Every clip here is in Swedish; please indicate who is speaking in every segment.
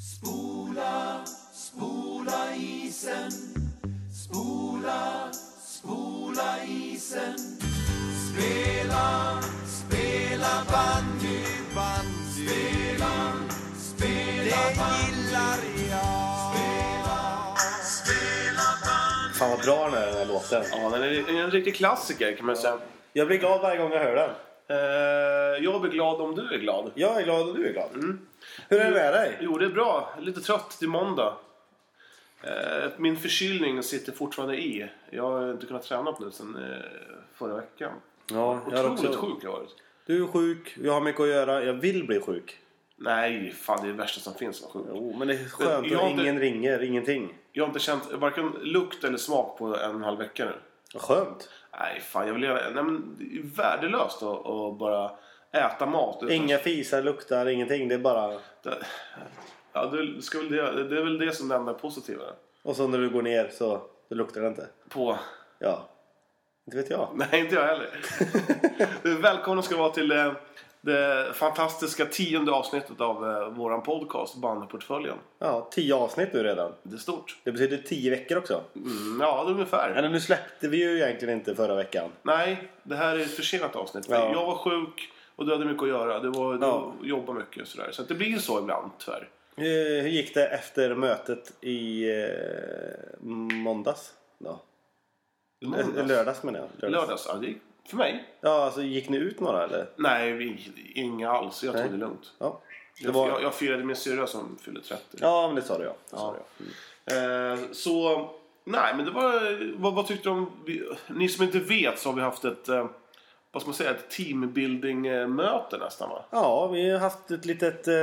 Speaker 1: Spola, spola isen. Spola, spola isen. Spela, spela bandy. bandy. Spela, spela bandy. Det gillar jag. Spela, spela bandy.
Speaker 2: Fan vad bra den är den här låten.
Speaker 3: Ja, den är en riktig klassiker kan man säga.
Speaker 2: Jag blir glad varje gång jag hör den.
Speaker 3: Eh, jag blir glad om du är glad.
Speaker 2: Jag är glad och du är glad. Hur är det med dig?
Speaker 3: Jo, det är bra. Lite trött till måndag. Eh, Min förkylning sitter fortfarande i. Jag har inte kunnat träna på nu sedan eh, förra veckan.
Speaker 2: Ja, jag har
Speaker 3: Otroligt
Speaker 2: också...
Speaker 3: sjuk jag har varit.
Speaker 2: Du är sjuk, jag har mycket att göra, jag vill bli sjuk.
Speaker 3: Nej, fan det är det värsta som finns att vara sjuk.
Speaker 2: Jo, men det är skönt
Speaker 3: jag har
Speaker 2: att
Speaker 3: inte-
Speaker 2: ingen ringer, ingenting.
Speaker 3: Jag har inte känt varken lukt eller smak på en och en halv vecka nu.
Speaker 2: Vad Skönt.
Speaker 3: Nej, fan jag vill göra... Nej, men det är värdelöst att, att bara äta mat. utan-
Speaker 2: Inga fisar, luktar, ingenting. Det är bara...
Speaker 3: Det- Ja, det, ska väl det, det är väl det som är det enda positiva.
Speaker 2: Och så när du går ner så då luktar det inte.
Speaker 3: På...
Speaker 2: Ja. Inte vet jag.
Speaker 3: Nej, inte jag heller. Välkomna ska vara till eh, det fantastiska tionde avsnittet av eh, våran podcast Bandyportföljen.
Speaker 2: Ja, tio avsnitt nu redan.
Speaker 3: Det är stort.
Speaker 2: Det betyder tio veckor också.
Speaker 3: Mm, ja, det är ungefär.
Speaker 2: Eller nu släppte vi ju egentligen inte förra veckan.
Speaker 3: Nej, det här är ett försenat avsnitt. För
Speaker 2: Ja.
Speaker 3: Jag var sjuk och du hade mycket att göra. Du, var, du
Speaker 2: Ja.
Speaker 3: jobbade mycket och sådär. Så att det blir så ibland, tyvärr.
Speaker 2: Eh, Hur gick det efter mötet i eh, måndags? Ja. Eh,
Speaker 3: Måndags.
Speaker 2: Lördags menar jag. Lördags.
Speaker 3: Lördags. Ja, det gick för mig?
Speaker 2: Ja, alltså gick ni ut några eller?
Speaker 3: Nej, vi- inga alls. Jag
Speaker 2: Nej.
Speaker 3: tog det lugnt.
Speaker 2: Ja. Det
Speaker 3: Jag,
Speaker 2: var...
Speaker 3: jag, jag firade min syrra som fyllde 30.
Speaker 2: Ja, men det sa du ja. Det sa
Speaker 3: Ja.
Speaker 2: du, ja.
Speaker 3: Eh, så, nej men det var, vad, vad tyckte du om, vi, ni som inte vet så har vi haft ett, eh, vad ska man säga, ett teambuilding-möte nästan va?
Speaker 2: Ja, vi har haft ett litet... Eh,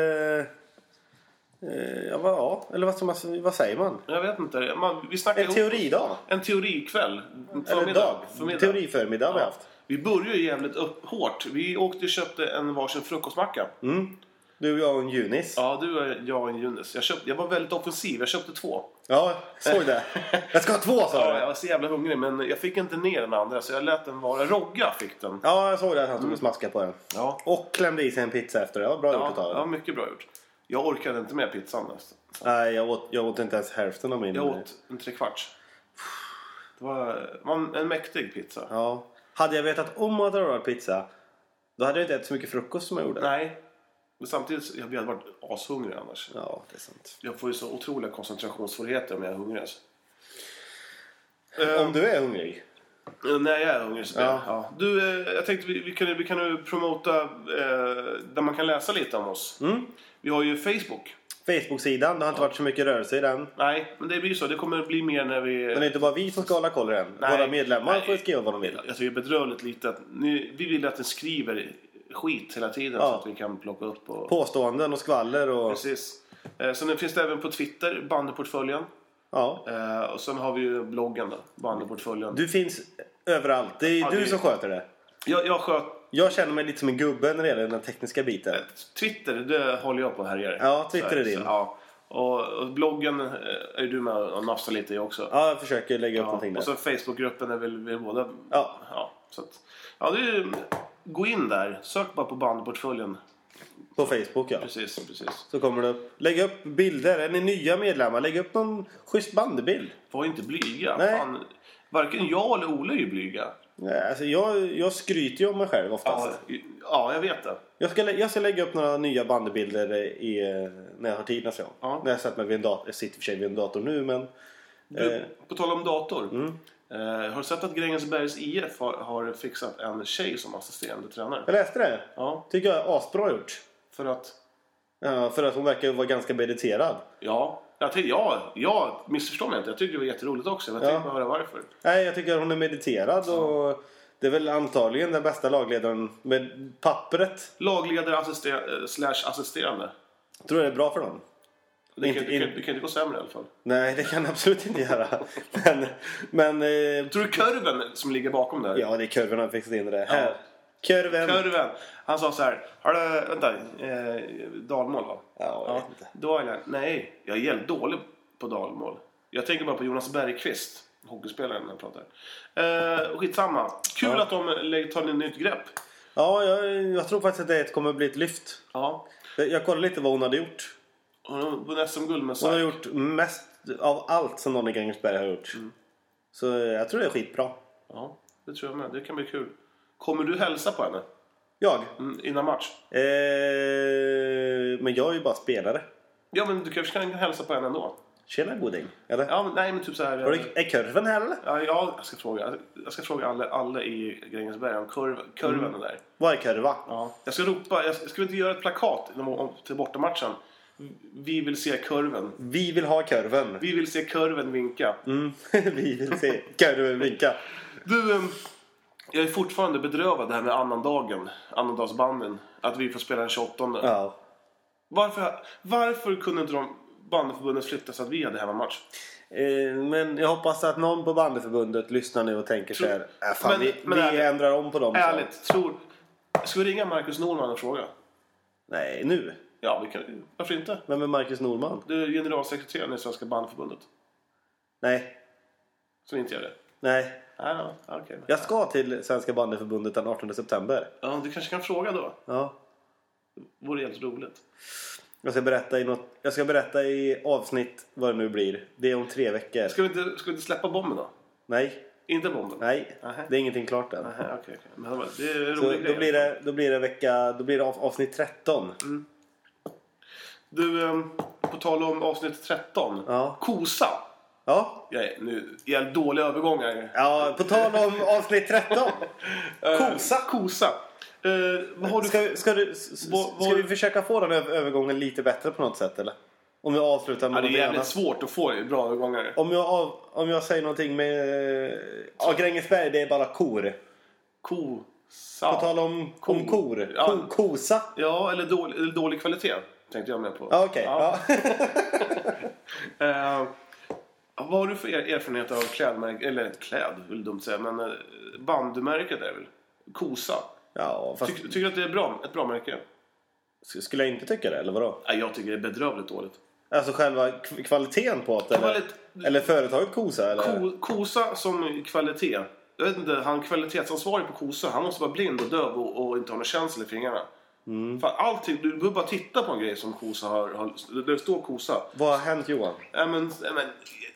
Speaker 2: eh, ja, vad, ja, eller vad, som, vad säger man?
Speaker 3: Jag vet inte, man, vi snackade
Speaker 2: En teoridag.
Speaker 3: en teorikväll.
Speaker 2: Eller dag.
Speaker 3: förmiddag.
Speaker 2: Teoriförmiddag har vi haft.
Speaker 3: Vi började ju jävligt upp, hårt. Vi åkte och köpte en varsin frukostmacka.
Speaker 2: Mm. Du, jag och en Junis. Ja.
Speaker 3: Ja, du och jag och en Junis. Jag, köpte, jag var väldigt offensiv, jag köpte två.
Speaker 2: såg det. Jag ska ha två sa
Speaker 3: Ja, jag
Speaker 2: du.
Speaker 3: var så jävla hungrig men jag fick inte ner den andra så jag lät den vara. Rogga fick den.
Speaker 2: Ja, jag såg det. Han tog
Speaker 3: Mm.
Speaker 2: och smaskade på den.
Speaker 3: Ja.
Speaker 2: Och klämde i sig en pizza efter det. Ja, bra gjort
Speaker 3: Ja,
Speaker 2: att ta den.
Speaker 3: ja, mycket bra gjort. Jag orkade inte med pizzan. nästan.
Speaker 2: Nej, jag åt, jag åt inte ens hälften av min.
Speaker 3: Jag åt en trekvarts. Det var, var en mäktig pizza.
Speaker 2: Ja. Hade jag vetat om att det var pizza, då hade jag inte ätit så mycket frukost som jag gjorde.
Speaker 3: Nej, men samtidigt jag hade varit ashungrig annars.
Speaker 2: Ja, det är sant.
Speaker 3: Jag får ju så otroliga koncentrationssvårigheter om jag är hungrig. Alltså.
Speaker 2: Om du är hungrig.
Speaker 3: Eh, När jag är hungrig så blir jag-
Speaker 2: Ja.
Speaker 3: ja. Du, eh, jag tänkte vi, vi kan ju vi kan ju promota eh, där man kan läsa lite om oss. Vi har ju Facebook.
Speaker 2: Facebook-sidan, det har inte varit så mycket rörelse i den.
Speaker 3: Nej, men det blir ju så. Det kommer bli mer när vi...
Speaker 2: Men det är inte bara vi som ska hålla koll i den.
Speaker 3: Nej.
Speaker 2: Våra medlemmar
Speaker 3: Nej.
Speaker 2: får skriva vad de vill.
Speaker 3: Jag tycker det är bedrövligt lite att ni, vi vill att ni skriver skit hela
Speaker 2: Ja.
Speaker 3: tiden så att vi kan plocka upp och...
Speaker 2: Påståenden och skvaller och...
Speaker 3: Precis. Eh, sen finns det även på Twitter, bandyportföljen.
Speaker 2: Ja.
Speaker 3: Eh, och sen har vi ju bloggen då, bandyportföljen.
Speaker 2: Du finns överallt. Det är
Speaker 3: Ja,
Speaker 2: du
Speaker 3: det-
Speaker 2: som sköter det.
Speaker 3: Jag, jag sköt
Speaker 2: Jag känner mig lite som en gubbe när det gäller den tekniska biten.
Speaker 3: Twitter, det håller jag på och härjar i.
Speaker 2: Ja, Twitter
Speaker 3: Så-
Speaker 2: är din.
Speaker 3: Så, ja. och, och bloggen eh, är ju du med och nafsar lite i också.
Speaker 2: Ja, jag försöker lägga upp någonting där.
Speaker 3: och sen Facebookgruppen är väl vi båda...
Speaker 2: Ja.
Speaker 3: Ja, så att, ja det är, ju- gå in där, sök bara på bandyportföljen.
Speaker 2: På Facebook ja.
Speaker 3: Precis, precis.
Speaker 2: Så kommer det upp. Lägg upp bilder. Är ni nya medlemmar, lägg upp någon schysst bandbild.
Speaker 3: Var inte blyga.
Speaker 2: Nej.
Speaker 3: Fan, varken jag eller Ola är ju blyga.
Speaker 2: Nej, Alltså, jag, jag skryter ju om mig själv oftast.
Speaker 3: Ja, i- ja, jag vet det.
Speaker 2: Jag, ska, lä- jag ska lägga upp några nya bandbilder i, eh, när jag har tid nästa gång.
Speaker 3: Ja.
Speaker 2: När jag satt mig vid en dator. Jag sitter i och för sig vid en dator nu men...
Speaker 3: Du,
Speaker 2: Eh. Mm.
Speaker 3: På tal om dator. Eh, har du sett att Grängesbergs IF har, har fixat en tjej som assisterande tränare?
Speaker 2: Jag läste det.
Speaker 3: Ja,
Speaker 2: Tycker jag är asbra gjort.
Speaker 3: för att...
Speaker 2: Ja, för att hon verkar vara ganska mediterad.
Speaker 3: Ja, jag tyckte, ja, ja missförstå mig inte. Jag tyckte det var jätteroligt också. men Jag
Speaker 2: Ja.
Speaker 3: tänkte bara höra varför.
Speaker 2: Nej, jag tycker hon är mediterad och det är väl antagligen den bästa lagledaren med pappret.
Speaker 3: Lagledare assister, eh, slash assisterande.
Speaker 2: Tror jag det är bra för dem.
Speaker 3: Det kan,
Speaker 2: Inte-
Speaker 3: det, kan,
Speaker 2: in-
Speaker 3: det kan inte gå sämre i alla fall.
Speaker 2: Nej, det kan jag absolut inte göra. Men, men eh,
Speaker 3: Tror du kurven som ligger bakom där?
Speaker 2: ja, det är kurvorna han fixade in i det. Här. Kurven.
Speaker 3: Kurven. Han sa så här. Har du, vänta, eh, dalmål va?
Speaker 2: Ja, jag vet inte.
Speaker 3: Då är jag, nej, jag är jävligt dålig på dalmål. Jag tänker bara på Jonas Bergqvist, hockeyspelaren när jag pratar. Eh, skitsamma. Kul att de lägger- tar ett nytt grepp.
Speaker 2: Ja, jag, jag tror faktiskt att det kommer bli ett lyft.
Speaker 3: Ja.
Speaker 2: Jag kollade lite vad hon hade gjort.
Speaker 3: Hon har vunnit SM-guld med
Speaker 2: Hon har
Speaker 3: Sark.
Speaker 2: gjort mest av allt som någon i Grängesberg har gjort.
Speaker 3: Mm.
Speaker 2: Så eh, jag tror det är skitbra.
Speaker 3: Ja, det tror jag med. Det kan bli kul. Kommer du hälsa på henne
Speaker 2: Jag?
Speaker 3: mm, innan match?
Speaker 2: Eh, men jag är ju bara spelare.
Speaker 3: Ja, men du kanske kan hälsa på henne ändå?
Speaker 2: Tjena goding. Eller?
Speaker 3: Ja, men, nej, men typ så här...
Speaker 2: Har du- Är kurven här eller?
Speaker 3: Ja, jag, jag ska fråga, jag ska fråga alla, alla i Grängesberg om kurv,
Speaker 2: Mm.
Speaker 3: kurven är där.
Speaker 2: Vad är kurva?
Speaker 3: Ja. Jag ska ropa, jag ska, ska vi inte göra ett plakat inom- om, till bortamatchen? Vi vill se kurven.
Speaker 2: Vi vill ha kurven.
Speaker 3: Vi vill se kurven vinka.
Speaker 2: Mm. Vi vill se kurven vinka.
Speaker 3: Du, ehm, jag är fortfarande bedrövad det här med annandagen, annandagsbanden. Att vi får spela den 28.
Speaker 2: Ja.
Speaker 3: Varför, varför kunde inte de bandförbundet flytta så att vi hade hemmamatch?
Speaker 2: Eh, Men jag hoppas att någon på bandyförbundet lyssnar nu och tänker så här. Äh, fan,
Speaker 3: Men-
Speaker 2: vi,
Speaker 3: men
Speaker 2: vi
Speaker 3: ärligt.
Speaker 2: ändrar om på dem. så."
Speaker 3: Ärligt, tror... Ska vi ringa Marcus Norman och fråga?
Speaker 2: Nej, nu.
Speaker 3: Ja, vi kan, varför inte?
Speaker 2: Vem är Marcus Norman?
Speaker 3: Du är generalsekreteraren i Svenska bandförbundet.
Speaker 2: Nej,
Speaker 3: Så inte gör det?
Speaker 2: nej.
Speaker 3: Ja, ja, okej.
Speaker 2: Jag ska till Svenska bandyförbundet den 18 september.
Speaker 3: Ja, du kanske kan fråga då?
Speaker 2: Ja.
Speaker 3: Vore jävligt roligt.
Speaker 2: Jag ska berätta i något, jag ska berätta i avsnitt vad det nu blir. Det är om tre veckor.
Speaker 3: Ska vi inte, ska vi inte släppa bomben då?
Speaker 2: Nej,
Speaker 3: Inte bomben?
Speaker 2: nej.
Speaker 3: Nähä.
Speaker 2: Det är ingenting klart än.
Speaker 3: Nej, okej. okej. Men det var- det är en
Speaker 2: Så
Speaker 3: rolig
Speaker 2: då
Speaker 3: grej.
Speaker 2: blir det, då blir det vecka, då blir det av, avsnitt 13.
Speaker 3: Mm. Du, ehm, på tal om avsnitt 13.
Speaker 2: Ja.
Speaker 3: Kosa.
Speaker 2: Ja.
Speaker 3: Jag är nu, jävligt dåliga övergångar.
Speaker 2: Ja, på tal om avsnitt 13.
Speaker 3: Eh,
Speaker 2: Kosa.
Speaker 3: Kosa. Eh, vad har du...
Speaker 2: Ska, vi- ska, du, s- s-
Speaker 3: Vad- vad-
Speaker 2: ska vi försöka få den ö- övergången lite bättre på något sätt eller? Om jag avslutar
Speaker 3: Ja,
Speaker 2: med
Speaker 3: det är
Speaker 2: något
Speaker 3: jävligt
Speaker 2: annat.
Speaker 3: svårt att få bra övergångar.
Speaker 2: Om jag, av, om jag säger någonting med... eh, Ja, Grängesberg det är bara kor.
Speaker 3: Kosa.
Speaker 2: På tal om,
Speaker 3: Kor.
Speaker 2: om kor.
Speaker 3: Ja.
Speaker 2: Ko, kosa.
Speaker 3: Ja, eller dålig, eller dålig kvalitet. Tänkte jag med på.
Speaker 2: Ja, okej. Ja.
Speaker 3: Eh, vad har du för er- erfarenhet av klädmärke, eller kläd vill dumt säga, men eh, bandymärket är väl? Kosa.
Speaker 2: Ja, fast
Speaker 3: Ty, tycker du att det är bra, ett bra märke?
Speaker 2: skulle jag inte tycka det, eller vadå?
Speaker 3: Nej, jag tycker det är bedrövligt dåligt.
Speaker 2: Alltså själva kv- kvaliteten på det, eller,
Speaker 3: Kvalit-
Speaker 2: eller företaget Kosa, eller?
Speaker 3: Ko, kosa som kvalitet. Jag vet inte, han kvalitetsansvarig på Kosa, han måste vara blind och döv och, och inte ha någon känsel i fingrarna. Fan, allting, du behöver bara titta på en grej som Kosa har, har där det står Kosa.
Speaker 2: Vad har hänt Johan?
Speaker 3: Äh, men, äh, men,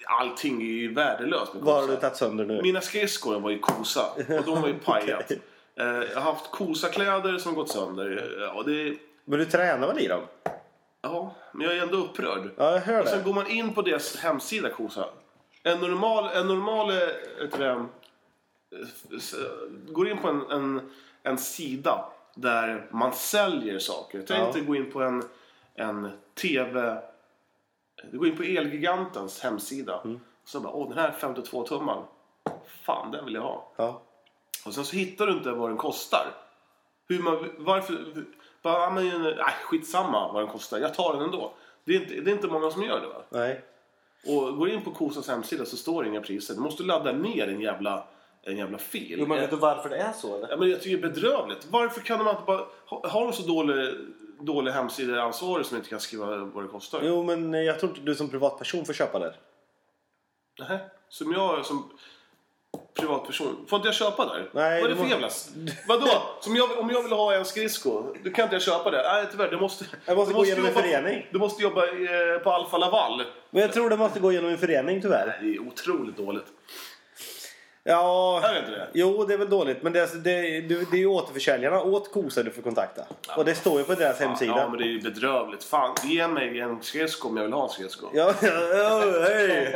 Speaker 3: allting är ju värdelöst med Kosa.
Speaker 2: Vad har du tagit sönder nu?
Speaker 3: Mina skridskor var ju kosa och de har ju pajat.
Speaker 2: Okej.
Speaker 3: Eh, Jag har haft kosakläder som gått sönder. Eh, Och det,
Speaker 2: Men du tränar väl i dem?
Speaker 3: ja, men jag är ändå upprörd.
Speaker 2: Ja, jag hör
Speaker 3: Sen
Speaker 2: det.
Speaker 3: går man in på deras hemsida, Kosa. En normal... En normal eh, ett, eh, s- eh, går in på en, en, en sida där man säljer saker. Tänk
Speaker 2: Ja.
Speaker 3: dig gå in på en, en TV... Du går in på Elgigantens hemsida.
Speaker 2: Mm.
Speaker 3: Så bara, åh den här 52 tummar. Fan, den vill jag ha.
Speaker 2: Ja.
Speaker 3: Och sen så hittar du inte vad den kostar. Hur man, varför... Bara, ja, men, nej, skitsamma vad den kostar. Jag tar den ändå. Det är inte, det är inte många som gör det va?
Speaker 2: Nej.
Speaker 3: Och går du in på Kosas hemsida så står det inga priser. Du måste ladda ner en jävla, en jävla fil.
Speaker 2: varför det är så, eller?
Speaker 3: ja, men jag tycker det är bedrövligt. Varför kan de inte bara... ha- Har de så dålig, dålig hemsideansvarig som inte kan skriva vad det kostar?
Speaker 2: Jo, men jag tror inte du som privatperson får köpa det.
Speaker 3: Nähä. Som jag som privatperson. Får inte jag köpa där?
Speaker 2: Nej,
Speaker 3: Vad är
Speaker 2: du
Speaker 3: det för
Speaker 2: må-
Speaker 3: jävla... s- Vadå? Som jag, om jag vill ha en skridsko, då kan inte jag köpa det? Nej, tyvärr. Du måste...
Speaker 2: Jag måste
Speaker 3: du
Speaker 2: gå igenom en
Speaker 3: jobba-
Speaker 2: förening.
Speaker 3: Du måste jobba eh, på Alfa Laval.
Speaker 2: Men jag tror det måste gå genom en förening, tyvärr.
Speaker 3: Det är otroligt dåligt.
Speaker 2: Ja...
Speaker 3: Är det inte det?
Speaker 2: Jo, det är väl dåligt. Men det är, det, det det är ju återförsäljarna åt Kosa du får kontakta. Och det står ju på deras hemsida.
Speaker 3: Ja, men det är ju bedrövligt. Fan, ge mig en skridsko om jag vill ha en skridsko.
Speaker 2: Ja, oh, hej!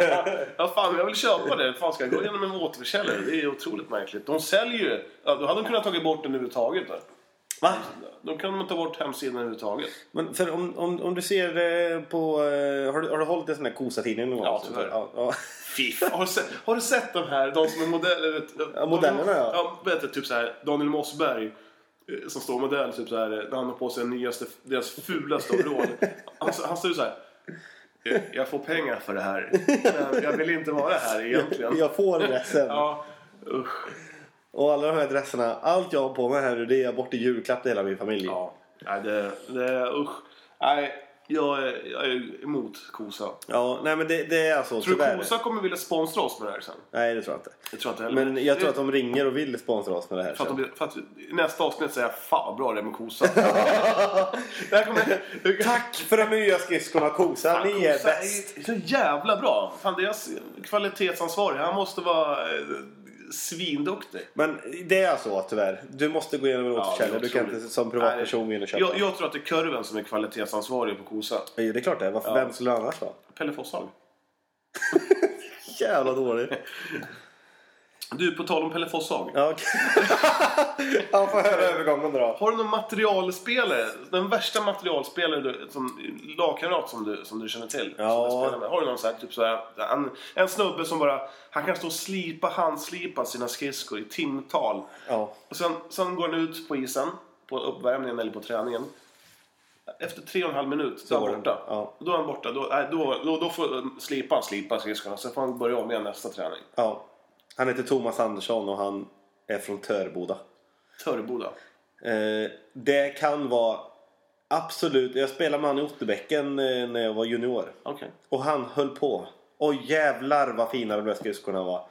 Speaker 3: Ja, fan, jag vill köpa det. Fan, ska jag gå igenom en återförsäljare? Det är otroligt märkligt. De säljer ju... Ja, då hade de kunnat ta bort den överhuvudtaget. Då.
Speaker 2: Va?
Speaker 3: Då kan de ta bort hemsidan överhuvudtaget.
Speaker 2: Men för om, om, om du ser eh, på... eh, Har du, har du hållit en sån där kosatidning någon gång?
Speaker 3: Ja, tyvärr.
Speaker 2: Ja, ja.
Speaker 3: Fy fan. Har, du sett, har du sett de här, de som är modeller? Ja,
Speaker 2: modellerna, ja.
Speaker 3: ja. vet du, typ så här, Daniel Mossberg eh, som står modell, typ så här, eh, när han har på sig den nyaste, deras fulaste overall. Han, han står ju så här. "Eh, Jag får pengar för det här. men Jag vill inte vara här egentligen.
Speaker 2: Jag får det sen.
Speaker 3: Ja, usch.
Speaker 2: Och alla de här dresserna. Allt jag har på mig här nu det är jag bort i julklapp till hela min familj.
Speaker 3: Ja, nej, det, det usch. Nej, jag är, jag är emot Kosa.
Speaker 2: Ja, nej men det, det är alltså
Speaker 3: Tror
Speaker 2: tyvärr.
Speaker 3: du Kosa kommer vilja sponsra oss med det här sen?
Speaker 2: Nej, det tror jag inte.
Speaker 3: Jag tror inte heller.
Speaker 2: Men jag tror att de ringer och vill sponsra oss med det här.
Speaker 3: För att,
Speaker 2: sen.
Speaker 3: de, för att i nästa avsnitt säger jag fan vad bra det är med Kosa. det här kommer,
Speaker 2: Tack för de nya skridskorna Kosa, ni är
Speaker 3: Kosa är
Speaker 2: bäst!
Speaker 3: så jävla bra. Fan deras kvalitetsansvarig, han måste vara eh, svinduktig.
Speaker 2: Men det är så tyvärr. Du måste gå igenom en
Speaker 3: det är
Speaker 2: återförsäljare. du kan
Speaker 3: otroligt.
Speaker 2: inte som privatperson gå in och köpa.
Speaker 3: Jag, jag tror att det är Kurven som är kvalitetsansvarig på Kosa.
Speaker 2: Jo, Det är klart det är. Varför,
Speaker 3: Ja.
Speaker 2: Vem skulle det annars vara?
Speaker 3: Pelle Fosshag.
Speaker 2: Jävla dålig.
Speaker 3: Du, på tal om Pelle Fosshag.
Speaker 2: Ja, okej. ja, får höra övergången då.
Speaker 3: Har du någon materialspelare? Den värsta materialspelare du, som lagkamrat som du, som du känner till?
Speaker 2: Ja.
Speaker 3: Som du spelar med? Har du någon sån här, typ så här, en, en snubbe som bara, han kan stå och slipa, handslipa sina skridskor i timtal.
Speaker 2: Ja.
Speaker 3: Och sen, sen går han ut på isen, på uppvärmningen eller på träningen. Efter tre och en halv minut så är
Speaker 2: var
Speaker 3: han
Speaker 2: den.
Speaker 3: borta.
Speaker 2: Ja.
Speaker 3: Då är han borta. Då, nej, då, då, då får eh, slipa han slipa skridskorna. Sen får han börja om igen nästa träning.
Speaker 2: ja. Han heter Thomas Andersson och han är från Törboda.
Speaker 3: Töreboda.
Speaker 2: Eh, det kan vara absolut... Jag spelade med han i Otterbäcken eh, när jag var junior.
Speaker 3: Okej.
Speaker 2: Och han höll på. Och jävlar vad fina de där skridskorna var.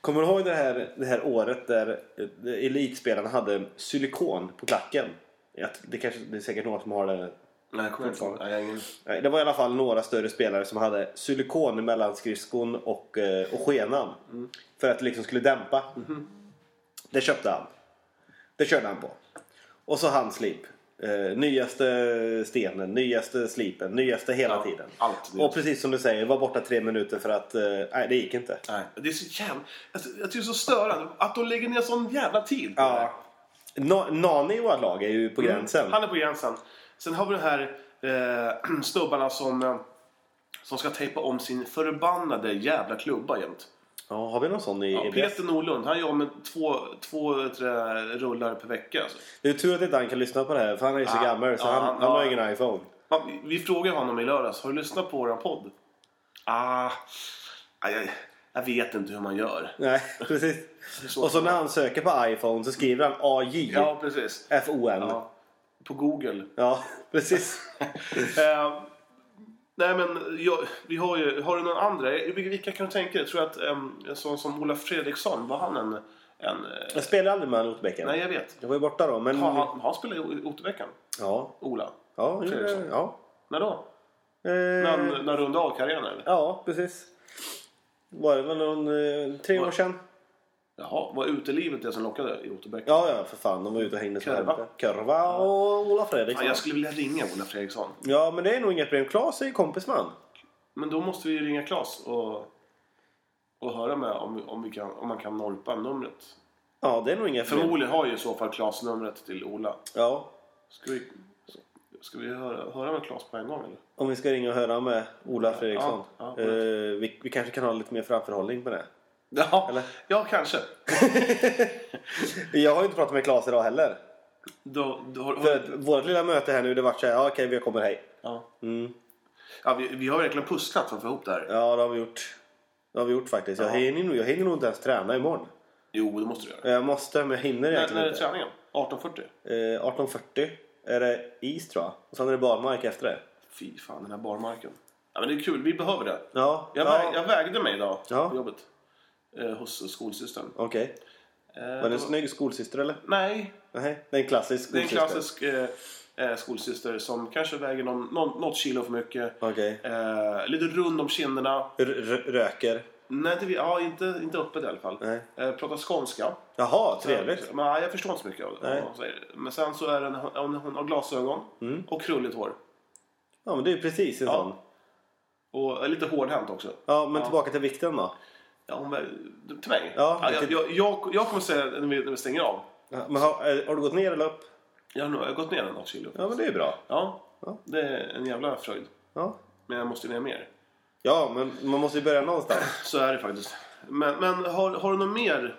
Speaker 2: Kommer du ihåg det här, det här året där eh, elitspelarna hade silikon på klacken? Jag- Det, kanske, det är säkert några som har det
Speaker 3: Nej, jag kommer inte ihåg. Nej, jag har ingen-
Speaker 2: Nej, Det var i alla fall några större spelare som hade silikon mellan skridskon och, eh, och skenan.
Speaker 3: Mm.
Speaker 2: För att det liksom skulle dämpa.
Speaker 3: Mhm.
Speaker 2: Det köpte han. Det körde han på. Och så handslip. Eh, nyaste stenen, nyaste slipen, nyaste hela
Speaker 3: Ja,
Speaker 2: tiden.
Speaker 3: allt nytt.
Speaker 2: och precis som du säger, var borta tre minuter för att... Eh, nej, det gick inte.
Speaker 3: Nej. Det är så jävla... Alltså, jag tycker det är så störande att de lägger ner sån jävla tid på det
Speaker 2: Ja.
Speaker 3: här.
Speaker 2: Na- Nani i vårt lag är ju på gränsen.
Speaker 3: Mm. Han är på gränsen. Sen har vi de här eh, snubbarna som, eh, som ska tejpa om sin förbannade jävla klubba jämt.
Speaker 2: Ja, har vi någon sån i E
Speaker 3: Ja,
Speaker 2: EBS?
Speaker 3: Peter Norlund, han gör med två, två vet du, rullar per vecka. Alltså.
Speaker 2: Det är tur att inte han kan lyssna på det här för han är ju så
Speaker 3: Ja,
Speaker 2: gammal så
Speaker 3: ja,
Speaker 2: han,
Speaker 3: han-
Speaker 2: han har
Speaker 3: ja.
Speaker 2: ingen iPhone.
Speaker 3: Man, vi frågade honom i lördags, har du lyssnat på våran podd? Ah, aj, aj, jag vet inte hur man gör.
Speaker 2: Nej, precis.
Speaker 3: så-
Speaker 2: och så när han söker på iPhone så skriver han AJ.
Speaker 3: Ja, precis.
Speaker 2: FON. Ja.
Speaker 3: Ja, på Google.
Speaker 2: precis.
Speaker 3: Eh, nej men jag, vi har ju, har du någon andra? Vilka, vilka kan du tänka dig? Tror jag att um, en sån som Ola Fredriksson, var han en... en eh,
Speaker 2: Jag spelade aldrig med han i Otterbäcken.
Speaker 3: nej jag vet.
Speaker 2: Jag var ju borta då. Men...
Speaker 3: Har han, han spelade i Otterveckan?
Speaker 2: Ja,
Speaker 3: Ola?
Speaker 2: ja, jo,
Speaker 3: Fredriksson.
Speaker 2: ja.
Speaker 3: När då? När
Speaker 2: Eh,
Speaker 3: han, när han rundade av karriären eller?
Speaker 2: ja, precis. Var det väl någon, eh, tre år sedan?
Speaker 3: Jaha, var utelivet det som lockade i Otterbäcken?
Speaker 2: Ja, ja, för fan. De var ute och hängde så
Speaker 3: Körva.
Speaker 2: helvete. Körva och Ola
Speaker 3: Fan,
Speaker 2: Fredriksson.
Speaker 3: jag skulle vilja ringa Ola Fredriksson.
Speaker 2: Ja, men det är nog inget problem. Klas är ju kompis med han.
Speaker 3: Men då måste vi ju ringa Claes och, och höra med om, om, vi kan, om man kan norpa numret.
Speaker 2: Ja, det är nog inga problem.
Speaker 3: Förmodligen har ju i så fall Claes numret till Ola.
Speaker 2: Ja,
Speaker 3: Ska vi, ska vi höra, höra med Claes på en gång eller?
Speaker 2: om vi ska ringa och höra med Ola Fredriksson.
Speaker 3: ja,
Speaker 2: eh, vi, vi kanske kan ha lite mer framförhållning på det.
Speaker 3: Ja,
Speaker 2: Eller?
Speaker 3: ja kanske.
Speaker 2: Jag har ju inte pratat med Claes idag heller.
Speaker 3: Då, då, har-
Speaker 2: För att vårt lilla möte här nu, det vart såhär, ja okej vi kommer hej.
Speaker 3: ja.
Speaker 2: Mm.
Speaker 3: Ja, vi, vi har verkligen pusslat för att få ihop det här.
Speaker 2: Ja det har vi gjort. Det har vi gjort faktiskt. Jag,
Speaker 3: Ja.
Speaker 2: hinner, nog- jag hinner nog inte ens träna imorgon.
Speaker 3: Jo, det måste du göra.
Speaker 2: Jag måste, men jag hinner
Speaker 3: När, när
Speaker 2: egentligen
Speaker 3: är träningen? 18.40?
Speaker 2: inte. Eh, 18.40 är det is tror jag. Och sen är det barmark efter det.
Speaker 3: Fy fan, den här barmarken. Ja, men det är kul, vi behöver det.
Speaker 2: Ja,
Speaker 3: Jag,
Speaker 2: ja.
Speaker 3: väg, jag vägde mig idag
Speaker 2: Ja.
Speaker 3: på jobbet. Eh, hos skolsystern.
Speaker 2: Okej.
Speaker 3: Eh,
Speaker 2: Var det
Speaker 3: då-
Speaker 2: en snygg skolsyster eller?
Speaker 3: Nej,
Speaker 2: Nej, det är en klassisk
Speaker 3: det är en
Speaker 2: skolsyster.
Speaker 3: klassisk eh, eh, skolsyster som kanske väger någon, någon, något kilo för mycket.
Speaker 2: Okej.
Speaker 3: Eh, lite rund om kinderna.
Speaker 2: R- r- Röker.
Speaker 3: Nej, inte, vi- ja, inte, inte öppet i alla fall.
Speaker 2: Nej.
Speaker 3: Eh, pratar skånska. Eh,
Speaker 2: Jaha, trevligt.
Speaker 3: Men, ja, jag förstår inte så mycket av av
Speaker 2: Nej.
Speaker 3: vad hon säger. Men sen så är det en, hon, hon har glasögon och krulligt hår.
Speaker 2: Mm. Ja men det är ju precis en
Speaker 3: Ja.
Speaker 2: sån.
Speaker 3: Och är lite hårdhänt också.
Speaker 2: Ja men tillbaka till vikten då.
Speaker 3: Ja, hon är, till mig?
Speaker 2: Ja,
Speaker 3: jag,
Speaker 2: till-
Speaker 3: jag, jag, jag kommer säga när vi, när vi stänger av.
Speaker 2: Ja, Men har, eh, har du gått ner eller upp?
Speaker 3: Jag har, nog- jag har gått ner något kilo.
Speaker 2: Ja men det är ju bra.
Speaker 3: Ja,
Speaker 2: Ja.
Speaker 3: det är en jävla fröjd.
Speaker 2: Ja.
Speaker 3: Men jag måste ju ner mer.
Speaker 2: Ja, men man måste ju börja någonstans.
Speaker 3: Så är det faktiskt. Men, men har, har du något mer?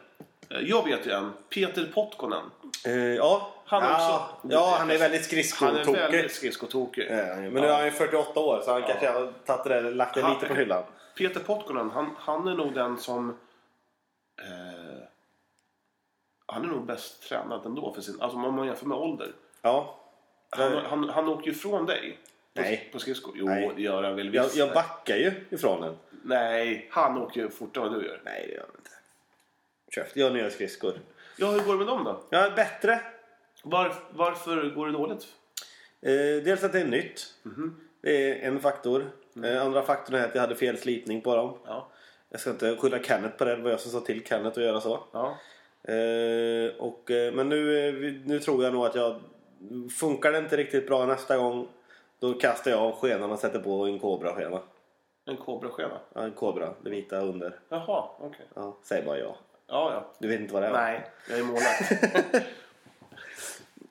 Speaker 3: Eh, Jag vet ju en. Peter Potkonen.
Speaker 2: Eh, ja.
Speaker 3: Han är
Speaker 2: ja.
Speaker 3: också-
Speaker 2: ja, han är väldigt
Speaker 3: Han är
Speaker 2: skridskotokig.
Speaker 3: väldigt skridskotokig.
Speaker 2: Eh, Men nu är han ju 48 år så han kanske har tagit det där, lagt det
Speaker 3: Han-
Speaker 2: lite på hyllan.
Speaker 3: Peter Potkonen, han, han är nog den som... Eh, han är nog bäst tränad ändå, för sin, alltså om man jämför med ålder.
Speaker 2: Ja.
Speaker 3: Han, han, han åker ju från dig.
Speaker 2: Nej.
Speaker 3: På skridskor? Jo,
Speaker 2: Nej.
Speaker 3: det gör han väl
Speaker 2: Jag,
Speaker 3: visst.
Speaker 2: jag backar ju ifrån den.
Speaker 3: Nej, han åker ju fortare än vad du gör.
Speaker 2: Nej, det gör jag inte. Köft, jag har nya skridskor.
Speaker 3: Ja, hur går det med dem då?
Speaker 2: Ja, bättre.
Speaker 3: Var, varför går det dåligt?
Speaker 2: Eh, dels att det är nytt.
Speaker 3: Mhm.
Speaker 2: Det är en faktor.
Speaker 3: Mm.
Speaker 2: Eh, andra faktorn är att jag hade fel slipning på dem.
Speaker 3: Ja.
Speaker 2: Jag ska inte skylla Kenneth på det. Det var jag som sa till Kenneth att göra så.
Speaker 3: ja.
Speaker 2: Eh, och, eh, men nu, eh, vi- nu tror jag nog att jag... Funkar det inte riktigt bra nästa gång då kastar jag av skenan och sätter på en kobraskena.
Speaker 3: En kobraskena?
Speaker 2: Ja, en kobra. Det vita under.
Speaker 3: Jaha, okej.
Speaker 2: Ja, säg bara ja.
Speaker 3: Ja, ja.
Speaker 2: Du vet inte vad det är? va?
Speaker 3: Nej, jag är målvakt.